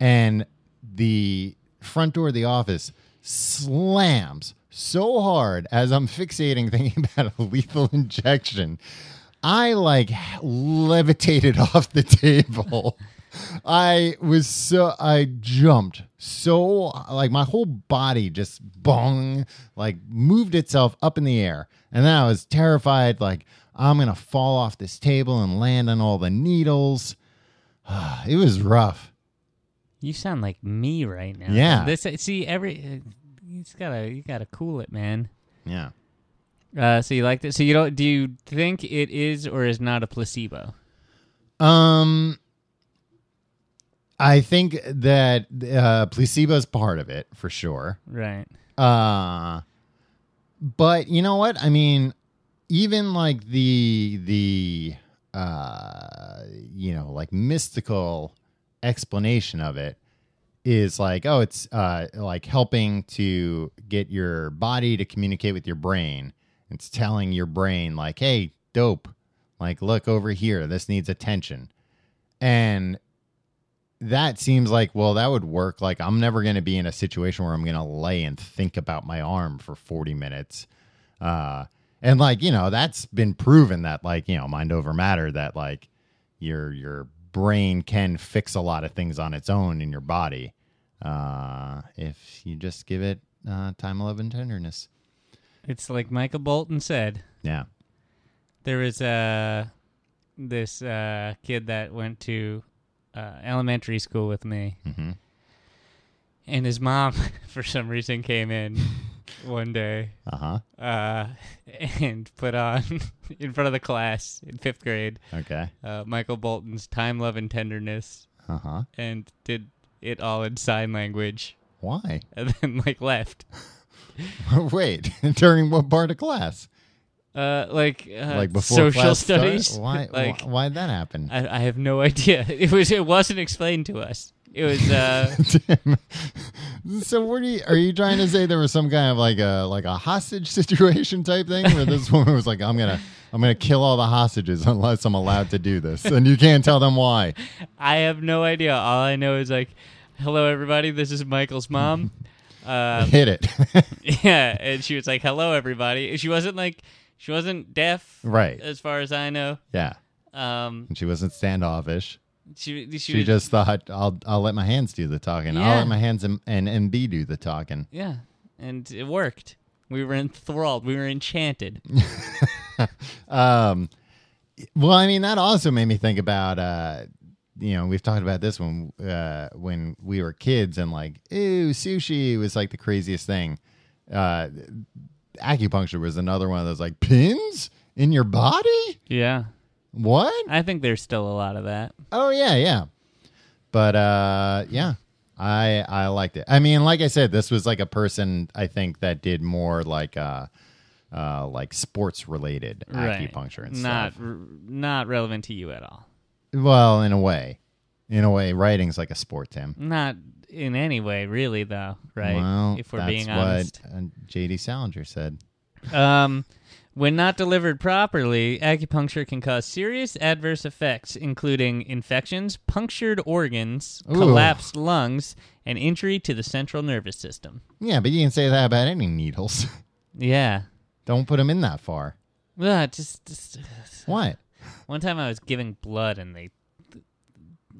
[SPEAKER 1] and the front door of the office slams so hard as I'm fixating thinking about a lethal injection. I like levitated off the table. I was so I jumped so like my whole body just bong like moved itself up in the air and then I was terrified like I'm going to fall off this table and land on all the needles. it was rough.
[SPEAKER 2] You sound like me right now.
[SPEAKER 1] Yeah.
[SPEAKER 2] This see every. uh, You just gotta you gotta cool it, man.
[SPEAKER 1] Yeah.
[SPEAKER 2] Uh, so you like this? So you don't? Do you think it is or is not a placebo?
[SPEAKER 1] Um, I think that uh, placebo's part of it for sure.
[SPEAKER 2] Right.
[SPEAKER 1] Uh, but you know what? I mean, even like the the uh, you know, like mystical explanation of it is like, oh, it's uh, like helping to get your body to communicate with your brain. It's telling your brain like, hey, dope, like look over here. This needs attention, and that seems like well that would work like i'm never going to be in a situation where i'm going to lay and think about my arm for 40 minutes uh and like you know that's been proven that like you know mind over matter that like your your brain can fix a lot of things on its own in your body uh if you just give it uh time love and tenderness
[SPEAKER 2] It's like Michael Bolton said.
[SPEAKER 1] yeah
[SPEAKER 2] There was uh, this uh, kid that went to uh, elementary school with me,
[SPEAKER 1] hmm
[SPEAKER 2] and his mom, for some reason, came in one day
[SPEAKER 1] uh-huh
[SPEAKER 2] uh, and put on in front of the class in fifth grade
[SPEAKER 1] okay
[SPEAKER 2] uh, Michael Bolton's "Time, Love, and Tenderness"
[SPEAKER 1] uh-huh
[SPEAKER 2] and did it all in sign language,
[SPEAKER 1] why
[SPEAKER 2] and then like left.
[SPEAKER 1] wait during what part of class
[SPEAKER 2] Uh, like uh,
[SPEAKER 1] like before
[SPEAKER 2] social
[SPEAKER 1] class start-
[SPEAKER 2] studies.
[SPEAKER 1] Why,
[SPEAKER 2] like
[SPEAKER 1] why? Why'd that happen?
[SPEAKER 2] I, I have no idea. It was it wasn't explained to us. It was uh,
[SPEAKER 1] so, what are you? Are you trying to say there was some kind of like a like a hostage situation type thing where this woman was like, "I'm gonna, I'm gonna kill all the hostages unless I'm allowed to do this," and you can't tell them why.
[SPEAKER 2] I have no idea. All I know is like, hello everybody, this is Michael's mom. um,
[SPEAKER 1] Hit it,
[SPEAKER 2] yeah, and she was like, hello everybody. She wasn't like she wasn't deaf,
[SPEAKER 1] right?
[SPEAKER 2] as far as I know.
[SPEAKER 1] Yeah,
[SPEAKER 2] Um,
[SPEAKER 1] and she wasn't standoffish.
[SPEAKER 2] she she,
[SPEAKER 1] She
[SPEAKER 2] was,
[SPEAKER 1] just thought, "I'll, I'll let my hands do the talking.
[SPEAKER 2] Yeah.
[SPEAKER 1] I'll let my hands and, and MB do the talking."
[SPEAKER 2] yeah, and it worked. We were enthralled. We were enchanted.
[SPEAKER 1] Um, well, I mean, that also made me think about, uh, you know, we've talked about this when uh, when we were kids, and like, ew, sushi was like the craziest thing. Uh, acupuncture was another one of those like pins in your body.
[SPEAKER 2] Yeah,
[SPEAKER 1] What?
[SPEAKER 2] I think there's still a lot of that.
[SPEAKER 1] Oh yeah, yeah. But uh yeah. I I liked it. I mean, like I said, this was like a person I think that did more like uh uh like sports related
[SPEAKER 2] Right.
[SPEAKER 1] acupuncture and
[SPEAKER 2] not
[SPEAKER 1] stuff.
[SPEAKER 2] r- not relevant to you at all.
[SPEAKER 1] Well, in a way. In a way, writing's like a sport, Tim.
[SPEAKER 2] Not in any way, really, though. Right?
[SPEAKER 1] Well,
[SPEAKER 2] if we're
[SPEAKER 1] that's
[SPEAKER 2] being
[SPEAKER 1] what
[SPEAKER 2] honest,
[SPEAKER 1] uh, JD Salinger said.
[SPEAKER 2] um, when not delivered properly, acupuncture can cause serious adverse effects, including infections, punctured organs,
[SPEAKER 1] Ooh.
[SPEAKER 2] collapsed lungs, and injury to the central nervous system.
[SPEAKER 1] Yeah, but you can say that about any needles.
[SPEAKER 2] Yeah.
[SPEAKER 1] Don't put them in that far.
[SPEAKER 2] Ugh, just, just
[SPEAKER 1] What?
[SPEAKER 2] one time I was giving blood and they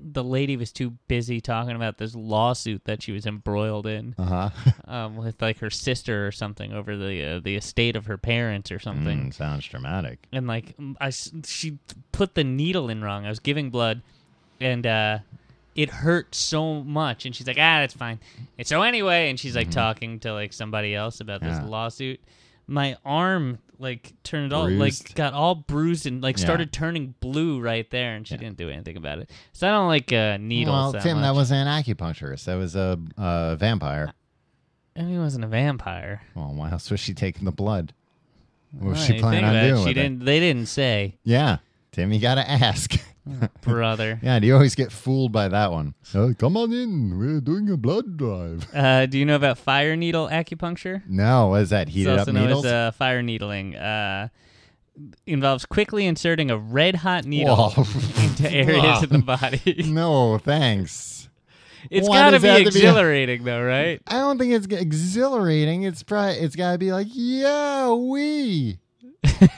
[SPEAKER 2] the lady was too busy talking about this lawsuit that she was embroiled in
[SPEAKER 1] Uh huh.
[SPEAKER 2] um, with like her sister or something over the uh, the estate of her parents or something.
[SPEAKER 1] sounds dramatic.
[SPEAKER 2] and like m- I s- she put the needle in wrong. I was giving blood, and uh, it hurt so much. And she's like, ah, that's fine. And so anyway, and she's like talking to like somebody else about this
[SPEAKER 1] Mm-hmm. Yeah.
[SPEAKER 2] lawsuit. My arm like turned all
[SPEAKER 1] Bruised.
[SPEAKER 2] like got all bruised and like
[SPEAKER 1] Yeah.
[SPEAKER 2] started turning blue right there, and she
[SPEAKER 1] Yeah.
[SPEAKER 2] didn't do anything about it. So I don't like uh, needles.
[SPEAKER 1] well,
[SPEAKER 2] that
[SPEAKER 1] Tim, that
[SPEAKER 2] much.
[SPEAKER 1] was an acupuncturist. That was a, a vampire.
[SPEAKER 2] And he wasn't a vampire.
[SPEAKER 1] Well, why else was she taking the blood? What was
[SPEAKER 2] Now that
[SPEAKER 1] she
[SPEAKER 2] I
[SPEAKER 1] planning
[SPEAKER 2] think
[SPEAKER 1] on
[SPEAKER 2] about it,
[SPEAKER 1] doing?
[SPEAKER 2] She
[SPEAKER 1] with it?
[SPEAKER 2] didn't. They didn't say,
[SPEAKER 1] Yeah, Tim, you gotta ask.
[SPEAKER 2] brother.
[SPEAKER 1] yeah, do you always get fooled by that one? Oh, come on in. We're doing a blood drive.
[SPEAKER 2] uh, do you know about fire needle acupuncture?
[SPEAKER 1] No, what is that heated
[SPEAKER 2] it's
[SPEAKER 1] up
[SPEAKER 2] also known
[SPEAKER 1] needles?
[SPEAKER 2] as uh, fire needling. Uh, involves quickly inserting a red hot needle
[SPEAKER 1] Whoa.
[SPEAKER 2] into areas
[SPEAKER 1] Wow.
[SPEAKER 2] of the body.
[SPEAKER 1] no, thanks.
[SPEAKER 2] it's
[SPEAKER 1] Why
[SPEAKER 2] got to
[SPEAKER 1] does
[SPEAKER 2] be
[SPEAKER 1] it have to be a-
[SPEAKER 2] exhilarating, though, right?
[SPEAKER 1] I don't think it's g- exhilarating. It's probably it's gotta be like yeah, we.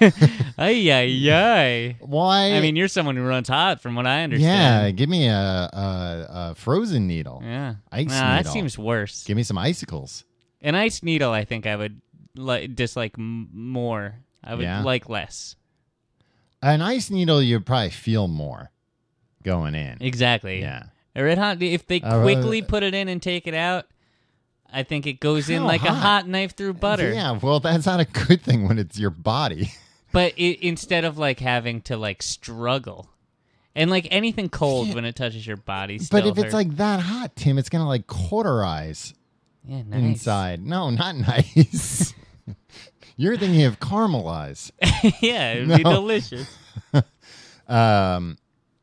[SPEAKER 2] Ay, ay, ay.
[SPEAKER 1] Why?
[SPEAKER 2] I mean, you're someone who runs hot, from what I
[SPEAKER 1] yeah,
[SPEAKER 2] understand.
[SPEAKER 1] give me a, a, a frozen needle.
[SPEAKER 2] Yeah.
[SPEAKER 1] Ice
[SPEAKER 2] nah, that
[SPEAKER 1] needle.
[SPEAKER 2] seems worse.
[SPEAKER 1] Give me some icicles.
[SPEAKER 2] An ice needle, I think I would li- dislike m- more. I would
[SPEAKER 1] Yeah.
[SPEAKER 2] like less.
[SPEAKER 1] An ice needle, you'd probably feel more going in.
[SPEAKER 2] Exactly.
[SPEAKER 1] yeah.
[SPEAKER 2] A red hot. If they
[SPEAKER 1] A red-
[SPEAKER 2] quickly put it in and take it out, I think it goes in
[SPEAKER 1] How
[SPEAKER 2] like a
[SPEAKER 1] hot?
[SPEAKER 2] hot knife through butter.
[SPEAKER 1] Yeah, well, that's not a good thing when it's your body.
[SPEAKER 2] But i instead of like having to like struggle, and like anything cold when it touches your body, still
[SPEAKER 1] but if
[SPEAKER 2] hurts.
[SPEAKER 1] it's like that hot, Tim, it's gonna like cauterize
[SPEAKER 2] yeah, nice.
[SPEAKER 1] inside. No, not nice. You're thinking of caramelize.
[SPEAKER 2] yeah, it'd be
[SPEAKER 1] No.
[SPEAKER 2] delicious.
[SPEAKER 1] Um,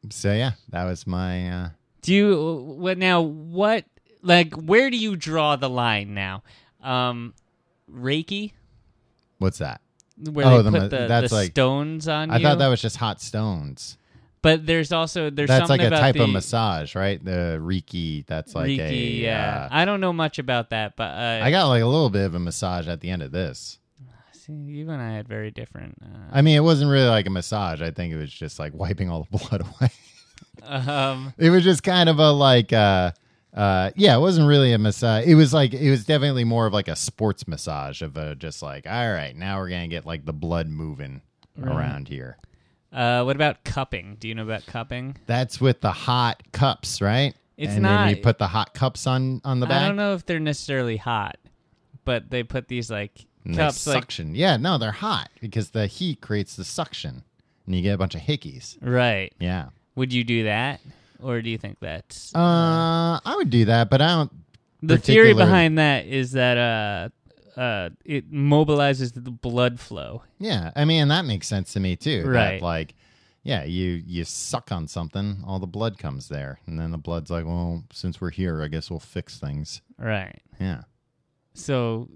[SPEAKER 1] so yeah, that was my. Uh,
[SPEAKER 2] Do you what now? What like where do you draw the line now? Um, Reiki,
[SPEAKER 1] what's that?
[SPEAKER 2] where
[SPEAKER 1] Oh,
[SPEAKER 2] they
[SPEAKER 1] the ma-
[SPEAKER 2] put the,
[SPEAKER 1] that's
[SPEAKER 2] the
[SPEAKER 1] like-
[SPEAKER 2] stones on
[SPEAKER 1] I
[SPEAKER 2] you.
[SPEAKER 1] thought that was just hot stones.
[SPEAKER 2] but there's also there's
[SPEAKER 1] that's
[SPEAKER 2] something
[SPEAKER 1] like a
[SPEAKER 2] about
[SPEAKER 1] type
[SPEAKER 2] the
[SPEAKER 1] of massage, right? The reiki. That's like
[SPEAKER 2] Reiki.
[SPEAKER 1] a. uh,
[SPEAKER 2] yeah, I don't know much about that, but uh,
[SPEAKER 1] I got like a little bit of a massage at the end of this.
[SPEAKER 2] see, you and I had very different. Uh,
[SPEAKER 1] I mean, it wasn't really like a massage. I think it was just like wiping all the blood away.
[SPEAKER 2] um,
[SPEAKER 1] It was just kind of a like uh uh yeah, it wasn't really a massage. It was like it was definitely more of like a sports massage of a just like all right, now we're going to get like the blood moving around here.
[SPEAKER 2] uh, what about cupping? Do you know about cupping?
[SPEAKER 1] That's with the hot cups, right?
[SPEAKER 2] It's
[SPEAKER 1] and
[SPEAKER 2] not-
[SPEAKER 1] then you put the hot cups on on the back.
[SPEAKER 2] I don't know if they're necessarily hot, but they put these like
[SPEAKER 1] And they
[SPEAKER 2] cups like
[SPEAKER 1] suction. yeah, no, they're hot because the heat creates the suction and you get a bunch of hickeys.
[SPEAKER 2] right.
[SPEAKER 1] Yeah.
[SPEAKER 2] Would you do that, or do you think that's
[SPEAKER 1] Uh I would do that, but I don't
[SPEAKER 2] the theory
[SPEAKER 1] particularly-
[SPEAKER 2] behind that? Is that uh, uh, it mobilizes the blood flow?
[SPEAKER 1] Yeah, I mean that makes sense to me too. that,
[SPEAKER 2] Right.
[SPEAKER 1] like, yeah, you you suck on something, all the blood comes there, and then the blood's like, well, since we're here, I guess we'll fix things.
[SPEAKER 2] Right.
[SPEAKER 1] Yeah.
[SPEAKER 2] So,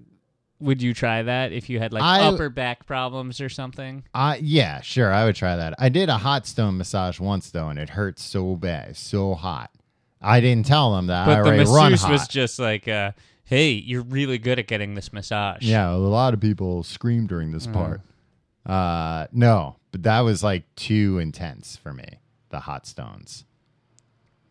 [SPEAKER 2] would you try that if you had like
[SPEAKER 1] I-
[SPEAKER 2] upper back problems or something?
[SPEAKER 1] Uh, yeah, sure, I would try that. I did a hot stone massage once though, and it hurt so bad, so hot. I didn't tell them that I
[SPEAKER 2] But the
[SPEAKER 1] already run
[SPEAKER 2] masseuse
[SPEAKER 1] hot.
[SPEAKER 2] was just like, uh, "Hey, you're really good at getting this massage."
[SPEAKER 1] yeah, a lot of people scream during
[SPEAKER 2] Mm.
[SPEAKER 1] this part. Uh, no, but that was like too intense for me. The hot stones.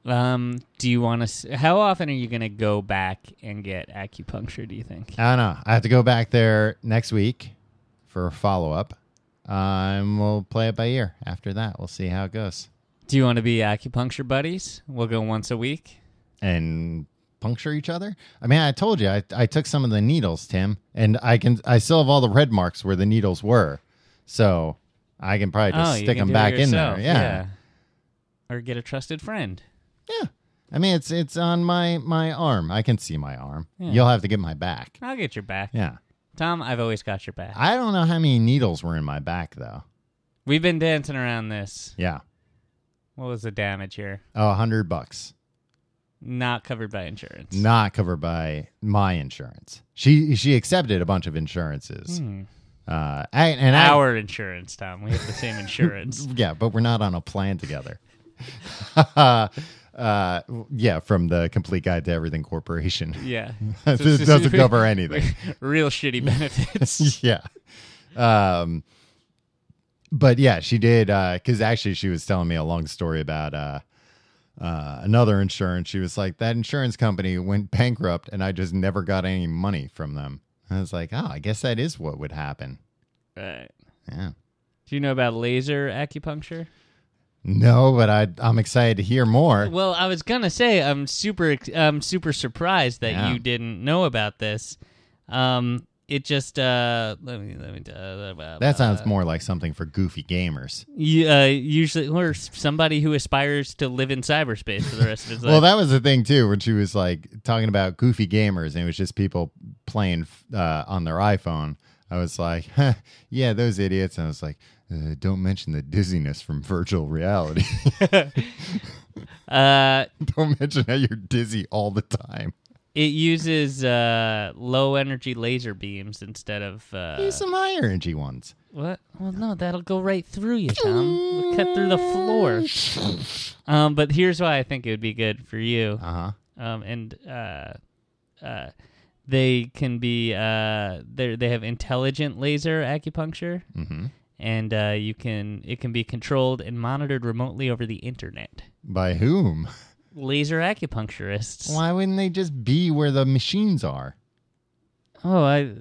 [SPEAKER 2] Um, do you want to? How often are you going to go back and get acupuncture? Do you think?
[SPEAKER 1] I don't know. I have to go back there next week for a follow up. Um, we'll play it by ear after that. We'll see how it goes.
[SPEAKER 2] Do you want to be acupuncture buddies? We'll go once a week.
[SPEAKER 1] And puncture each other. I mean, I told you I, I took some of the needles, Tim, and I can I still have all the red marks where the needles were, so I can probably just
[SPEAKER 2] oh, you
[SPEAKER 1] stick them
[SPEAKER 2] can do it
[SPEAKER 1] back in
[SPEAKER 2] yourself,
[SPEAKER 1] there. Yeah.
[SPEAKER 2] yeah. Or get a trusted friend.
[SPEAKER 1] yeah, I mean, it's it's on my my arm. I can see my arm.
[SPEAKER 2] Yeah.
[SPEAKER 1] You'll have to get my back.
[SPEAKER 2] I'll get your back.
[SPEAKER 1] Yeah,
[SPEAKER 2] Tom, I've always got your back.
[SPEAKER 1] I don't know how many needles were in my back though.
[SPEAKER 2] We've been dancing around this.
[SPEAKER 1] Yeah,
[SPEAKER 2] What was the damage here?
[SPEAKER 1] oh, a hundred bucks.
[SPEAKER 2] Not covered by insurance.
[SPEAKER 1] not covered by my insurance. She she accepted a bunch of insurances.
[SPEAKER 2] Hmm.
[SPEAKER 1] Uh, I, and I-
[SPEAKER 2] Our insurance, Tom. We have the same insurance.
[SPEAKER 1] yeah, but we're not on a plan together. uh, yeah, from the Complete Guide to Everything Corporation.
[SPEAKER 2] yeah.
[SPEAKER 1] this doesn't cover anything.
[SPEAKER 2] Real shitty benefits.
[SPEAKER 1] yeah. Um, but yeah, she did. Because actually, she was telling me a long story about uh, uh, another insurance. She was like, that insurance company went bankrupt and I just never got any money from them. I was like, oh, I guess that is what would happen.
[SPEAKER 2] Right.
[SPEAKER 1] Yeah.
[SPEAKER 2] Do you know about laser acupuncture?
[SPEAKER 1] No, but I, I'm excited to hear more.
[SPEAKER 2] Well, I was gonna say I'm super I'm super surprised that
[SPEAKER 1] Yeah.
[SPEAKER 2] you didn't know about this. Um, it just uh, let me let me. Uh,
[SPEAKER 1] That sounds more like something for goofy gamers.
[SPEAKER 2] You, uh, usually, or somebody who aspires to live in cyberspace for the rest of his life.
[SPEAKER 1] Well, that was the thing too, when she was like talking about goofy gamers, and it was just people playing uh, on their iPhone. I was like, huh, yeah, those idiots. And I was like, uh, don't mention the dizziness from virtual reality.
[SPEAKER 2] uh,
[SPEAKER 1] don't mention how you're dizzy all the time.
[SPEAKER 2] it uses uh, low energy laser beams instead of uh,
[SPEAKER 1] Use some higher energy ones.
[SPEAKER 2] what? Well, no, that'll go right through you, Tom. It'll cut through the floor. Um, but here's why I think it would be good for you.
[SPEAKER 1] Uh huh.
[SPEAKER 2] Um, and uh, uh, they can be uh, they they have intelligent laser acupuncture,
[SPEAKER 1] hmm
[SPEAKER 2] and uh, you can it can be controlled and monitored remotely over the internet.
[SPEAKER 1] By whom?
[SPEAKER 2] laser acupuncturists.
[SPEAKER 1] Why wouldn't they just be where the machines are?
[SPEAKER 2] Oh, I.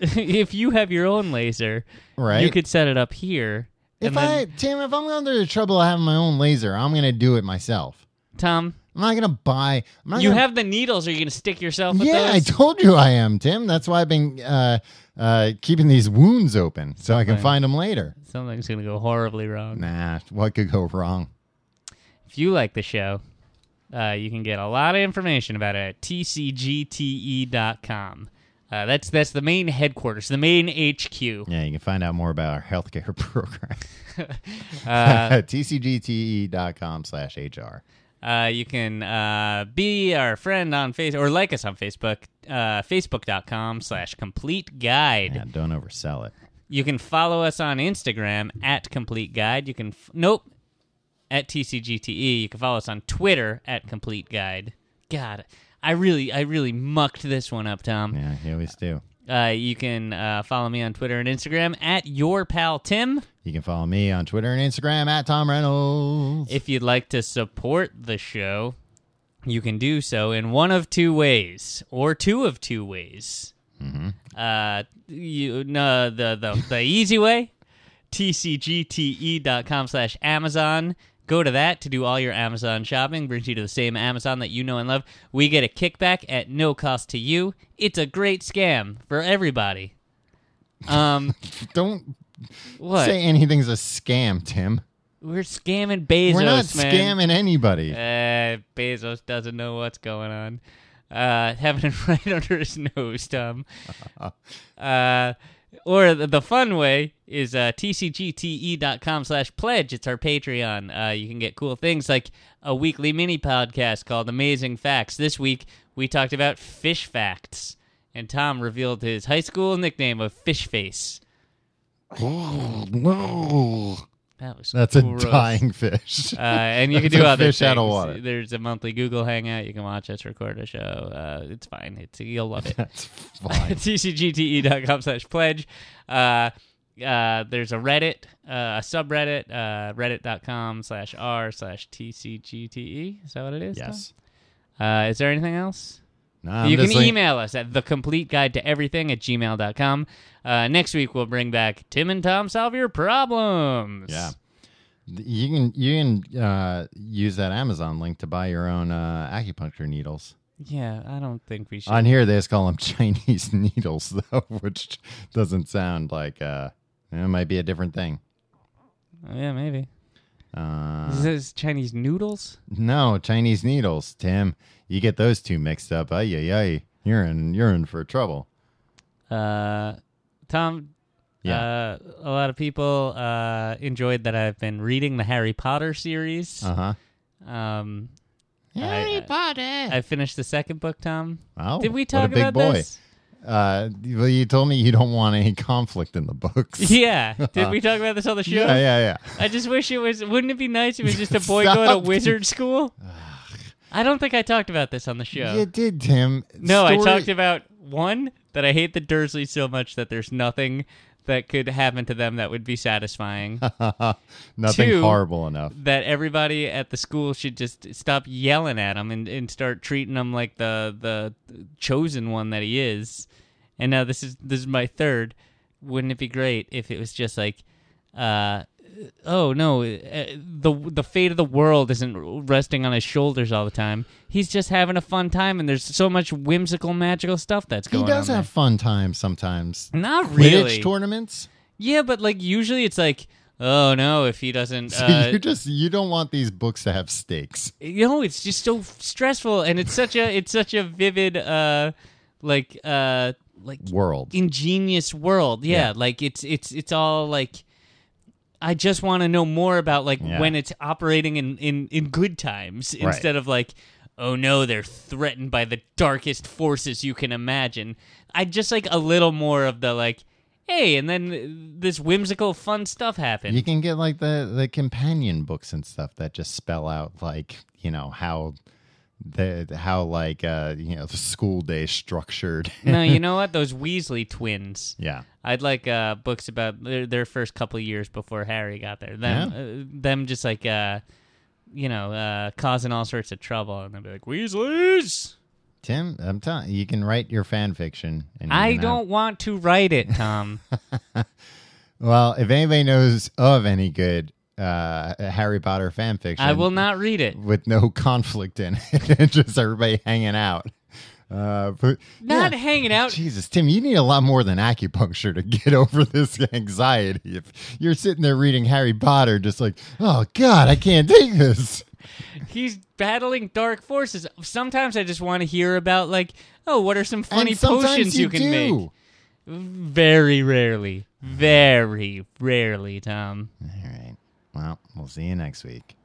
[SPEAKER 2] if you have your own laser,
[SPEAKER 1] Right.
[SPEAKER 2] you could set it up here.
[SPEAKER 1] if
[SPEAKER 2] and then,
[SPEAKER 1] I, Tim, if I'm under the trouble of having my own laser, I'm gonna do it myself.
[SPEAKER 2] Tom,
[SPEAKER 1] I'm not gonna buy. I'm not
[SPEAKER 2] you
[SPEAKER 1] gonna
[SPEAKER 2] have the needles. Are you going to stick yourself with
[SPEAKER 1] Oh, yeah,
[SPEAKER 2] those?
[SPEAKER 1] I told you I am, Tim. That's why I've been uh, uh, keeping these wounds open so I can
[SPEAKER 2] Okay.
[SPEAKER 1] find them later.
[SPEAKER 2] Something's going to go horribly wrong.
[SPEAKER 1] Nah, what could go wrong?
[SPEAKER 2] If you like the show, uh, you can get a lot of information about it at tcgte.com. E Uh, that's that's the main headquarters, the main HQ.
[SPEAKER 1] Yeah, you can find out more about our healthcare program
[SPEAKER 2] Uh,
[SPEAKER 1] at tcgte.com E slash HR.
[SPEAKER 2] Uh, you can uh, be our friend on Facebook or like us on Facebook, uh, facebook.com slash complete guide.
[SPEAKER 1] Yeah, don't oversell it.
[SPEAKER 2] You can follow us on Instagram at complete guide. You can, f- nope, at TCGTE. E. You can follow us on Twitter at complete guide. God, I really, I really mucked this one up, Tom.
[SPEAKER 1] Yeah, you always do.
[SPEAKER 2] Uh, you can uh, follow me on Twitter and Instagram at your pal Tim.
[SPEAKER 1] You can follow me on Twitter and Instagram at Tom Reynolds.
[SPEAKER 2] If you'd like to support the show, you can do so in one of two ways, or two of two ways. Uh, you no the the the easy way, tcgte.com E slash Amazon. Go to that to do all your Amazon shopping. Brings you to the same Amazon that you know and love. We get a kickback at no cost to you. It's a great scam for everybody. Um,
[SPEAKER 1] don't
[SPEAKER 2] what
[SPEAKER 1] say anything's a scam, Tim.
[SPEAKER 2] we're scamming Bezos,
[SPEAKER 1] We're not
[SPEAKER 2] man.
[SPEAKER 1] scamming anybody.
[SPEAKER 2] Uh, Bezos doesn't know what's going on. Uh, having it right under his nose, Tom. Uh, or the, the fun way is uh, tcgte.com slash pledge. It's our Patreon. Uh, you can get cool things like a weekly mini podcast called Amazing Facts. This week, we talked about fish facts, and Tom revealed his high school nickname of Fish Face. That was
[SPEAKER 1] That's a
[SPEAKER 2] gross.
[SPEAKER 1] dying fish.
[SPEAKER 2] Uh, and you can
[SPEAKER 1] That's
[SPEAKER 2] do
[SPEAKER 1] a
[SPEAKER 2] other
[SPEAKER 1] fish
[SPEAKER 2] things.
[SPEAKER 1] out of water.
[SPEAKER 2] There's a monthly Google Hangout. You can watch us record a show. Uh, it's fine. It's you'll love it.
[SPEAKER 1] That's fine.
[SPEAKER 2] tcgte.com E slash pledge. Uh, uh, there's a Reddit, uh, a subreddit, uh, reddit.com slash r slash tcgte. E. Is that what it is? Tom?
[SPEAKER 1] yes. Um,
[SPEAKER 2] Uh, is there anything else?
[SPEAKER 1] No, I'm
[SPEAKER 2] you can
[SPEAKER 1] just like-
[SPEAKER 2] email us at the complete guide to everything at gmail.com. Uh, next week, we'll bring back Tim and Tom solve your problems.
[SPEAKER 1] Yeah. Th- You can you can uh, use that Amazon link to buy your own uh, acupuncture needles.
[SPEAKER 2] Yeah, I don't think we should.
[SPEAKER 1] On here, they just call them Chinese needles, though, which doesn't sound like uh, it might be a different thing.
[SPEAKER 2] yeah, maybe.
[SPEAKER 1] Uh,
[SPEAKER 2] Is this Chinese noodles?
[SPEAKER 1] no, Chinese needles, Tim. You get those two mixed up, ay ay ay, you're in you're in for trouble.
[SPEAKER 2] Uh, Tom,
[SPEAKER 1] Yeah.
[SPEAKER 2] uh, a lot of people uh, enjoyed that I've been reading the Harry Potter series.
[SPEAKER 1] Uh huh.
[SPEAKER 2] Um, I-
[SPEAKER 1] Potter.
[SPEAKER 2] I finished the second book, Tom.
[SPEAKER 1] Oh,
[SPEAKER 2] Did we
[SPEAKER 1] what
[SPEAKER 2] talk
[SPEAKER 1] a big
[SPEAKER 2] about
[SPEAKER 1] boy.
[SPEAKER 2] this?
[SPEAKER 1] Uh, well, you told me you don't want any conflict in the books.
[SPEAKER 2] Yeah. Did we talk about this on the show?
[SPEAKER 1] yeah, yeah, yeah.
[SPEAKER 2] I just wish it was. Wouldn't it be nice if it was just a boy
[SPEAKER 1] Stop.
[SPEAKER 2] going to wizard school? I don't think I talked about this on the show.
[SPEAKER 1] You did, Tim.
[SPEAKER 2] No, I
[SPEAKER 1] Story-
[SPEAKER 2] talked about one that I hate the Dursleys so much that there's nothing that could happen to them that would be satisfying.
[SPEAKER 1] Nothing
[SPEAKER 2] Two-
[SPEAKER 1] horrible enough.
[SPEAKER 2] that everybody at the school should just stop yelling at him and, and start treating him like the the chosen one that he is. And now this is this is my third. Wouldn't it be great if it was just like, uh, oh no, uh, the the fate of the world isn't resting on his shoulders all the time. He's just having a fun time, and there's so much whimsical, magical stuff that's
[SPEAKER 1] He
[SPEAKER 2] going.
[SPEAKER 1] does
[SPEAKER 2] on
[SPEAKER 1] have fun times sometimes.
[SPEAKER 2] there. not
[SPEAKER 1] Quidditch
[SPEAKER 2] really.
[SPEAKER 1] tournaments.
[SPEAKER 2] yeah, but like usually it's like, oh no, if he doesn't.
[SPEAKER 1] So
[SPEAKER 2] uh,
[SPEAKER 1] you just you don't want these books to have stakes.
[SPEAKER 2] you know it's just so stressful and it's such a it's such a vivid uh like uh like
[SPEAKER 1] World.
[SPEAKER 2] ingenious world yeah,
[SPEAKER 1] Yeah.
[SPEAKER 2] like it's it's it's all like i just want to know more about like
[SPEAKER 1] Yeah.
[SPEAKER 2] when it's operating in in in good times
[SPEAKER 1] Right.
[SPEAKER 2] instead of like oh no they're threatened by the darkest forces you can imagine i just like a little more of the like hey and then this whimsical fun stuff happened
[SPEAKER 1] You can get like the the companion books and stuff that just spell out like you know how the how like uh you know the school day is structured.
[SPEAKER 2] no you know what those weasley twins
[SPEAKER 1] yeah,
[SPEAKER 2] I'd like uh, books about their, their first couple years before Harry got there. Them, uh, them just like, uh, you know, uh, causing all sorts of trouble, and they'd be like, "Weasleys."
[SPEAKER 1] Tim, I'm telling you can write your fan fiction. And you
[SPEAKER 2] I
[SPEAKER 1] can have-
[SPEAKER 2] don't want to write it, Tom.
[SPEAKER 1] well, if anybody knows of any good uh Harry Potter fan fiction,
[SPEAKER 2] I will not read it.
[SPEAKER 1] with no conflict in it, and just everybody hanging out. Uh, but
[SPEAKER 2] Not
[SPEAKER 1] yeah.
[SPEAKER 2] hanging out.
[SPEAKER 1] Jesus, Tim, you need a lot more than acupuncture to get over this anxiety. If you're sitting there reading Harry Potter, just like, oh God, I can't take this.
[SPEAKER 2] He's battling dark forces. Sometimes I just want to hear about like, oh, what are some funny
[SPEAKER 1] and sometimes
[SPEAKER 2] potions you, can
[SPEAKER 1] do.
[SPEAKER 2] make? Very rarely, very rarely, Tom.
[SPEAKER 1] All right. Well, we'll see you next week.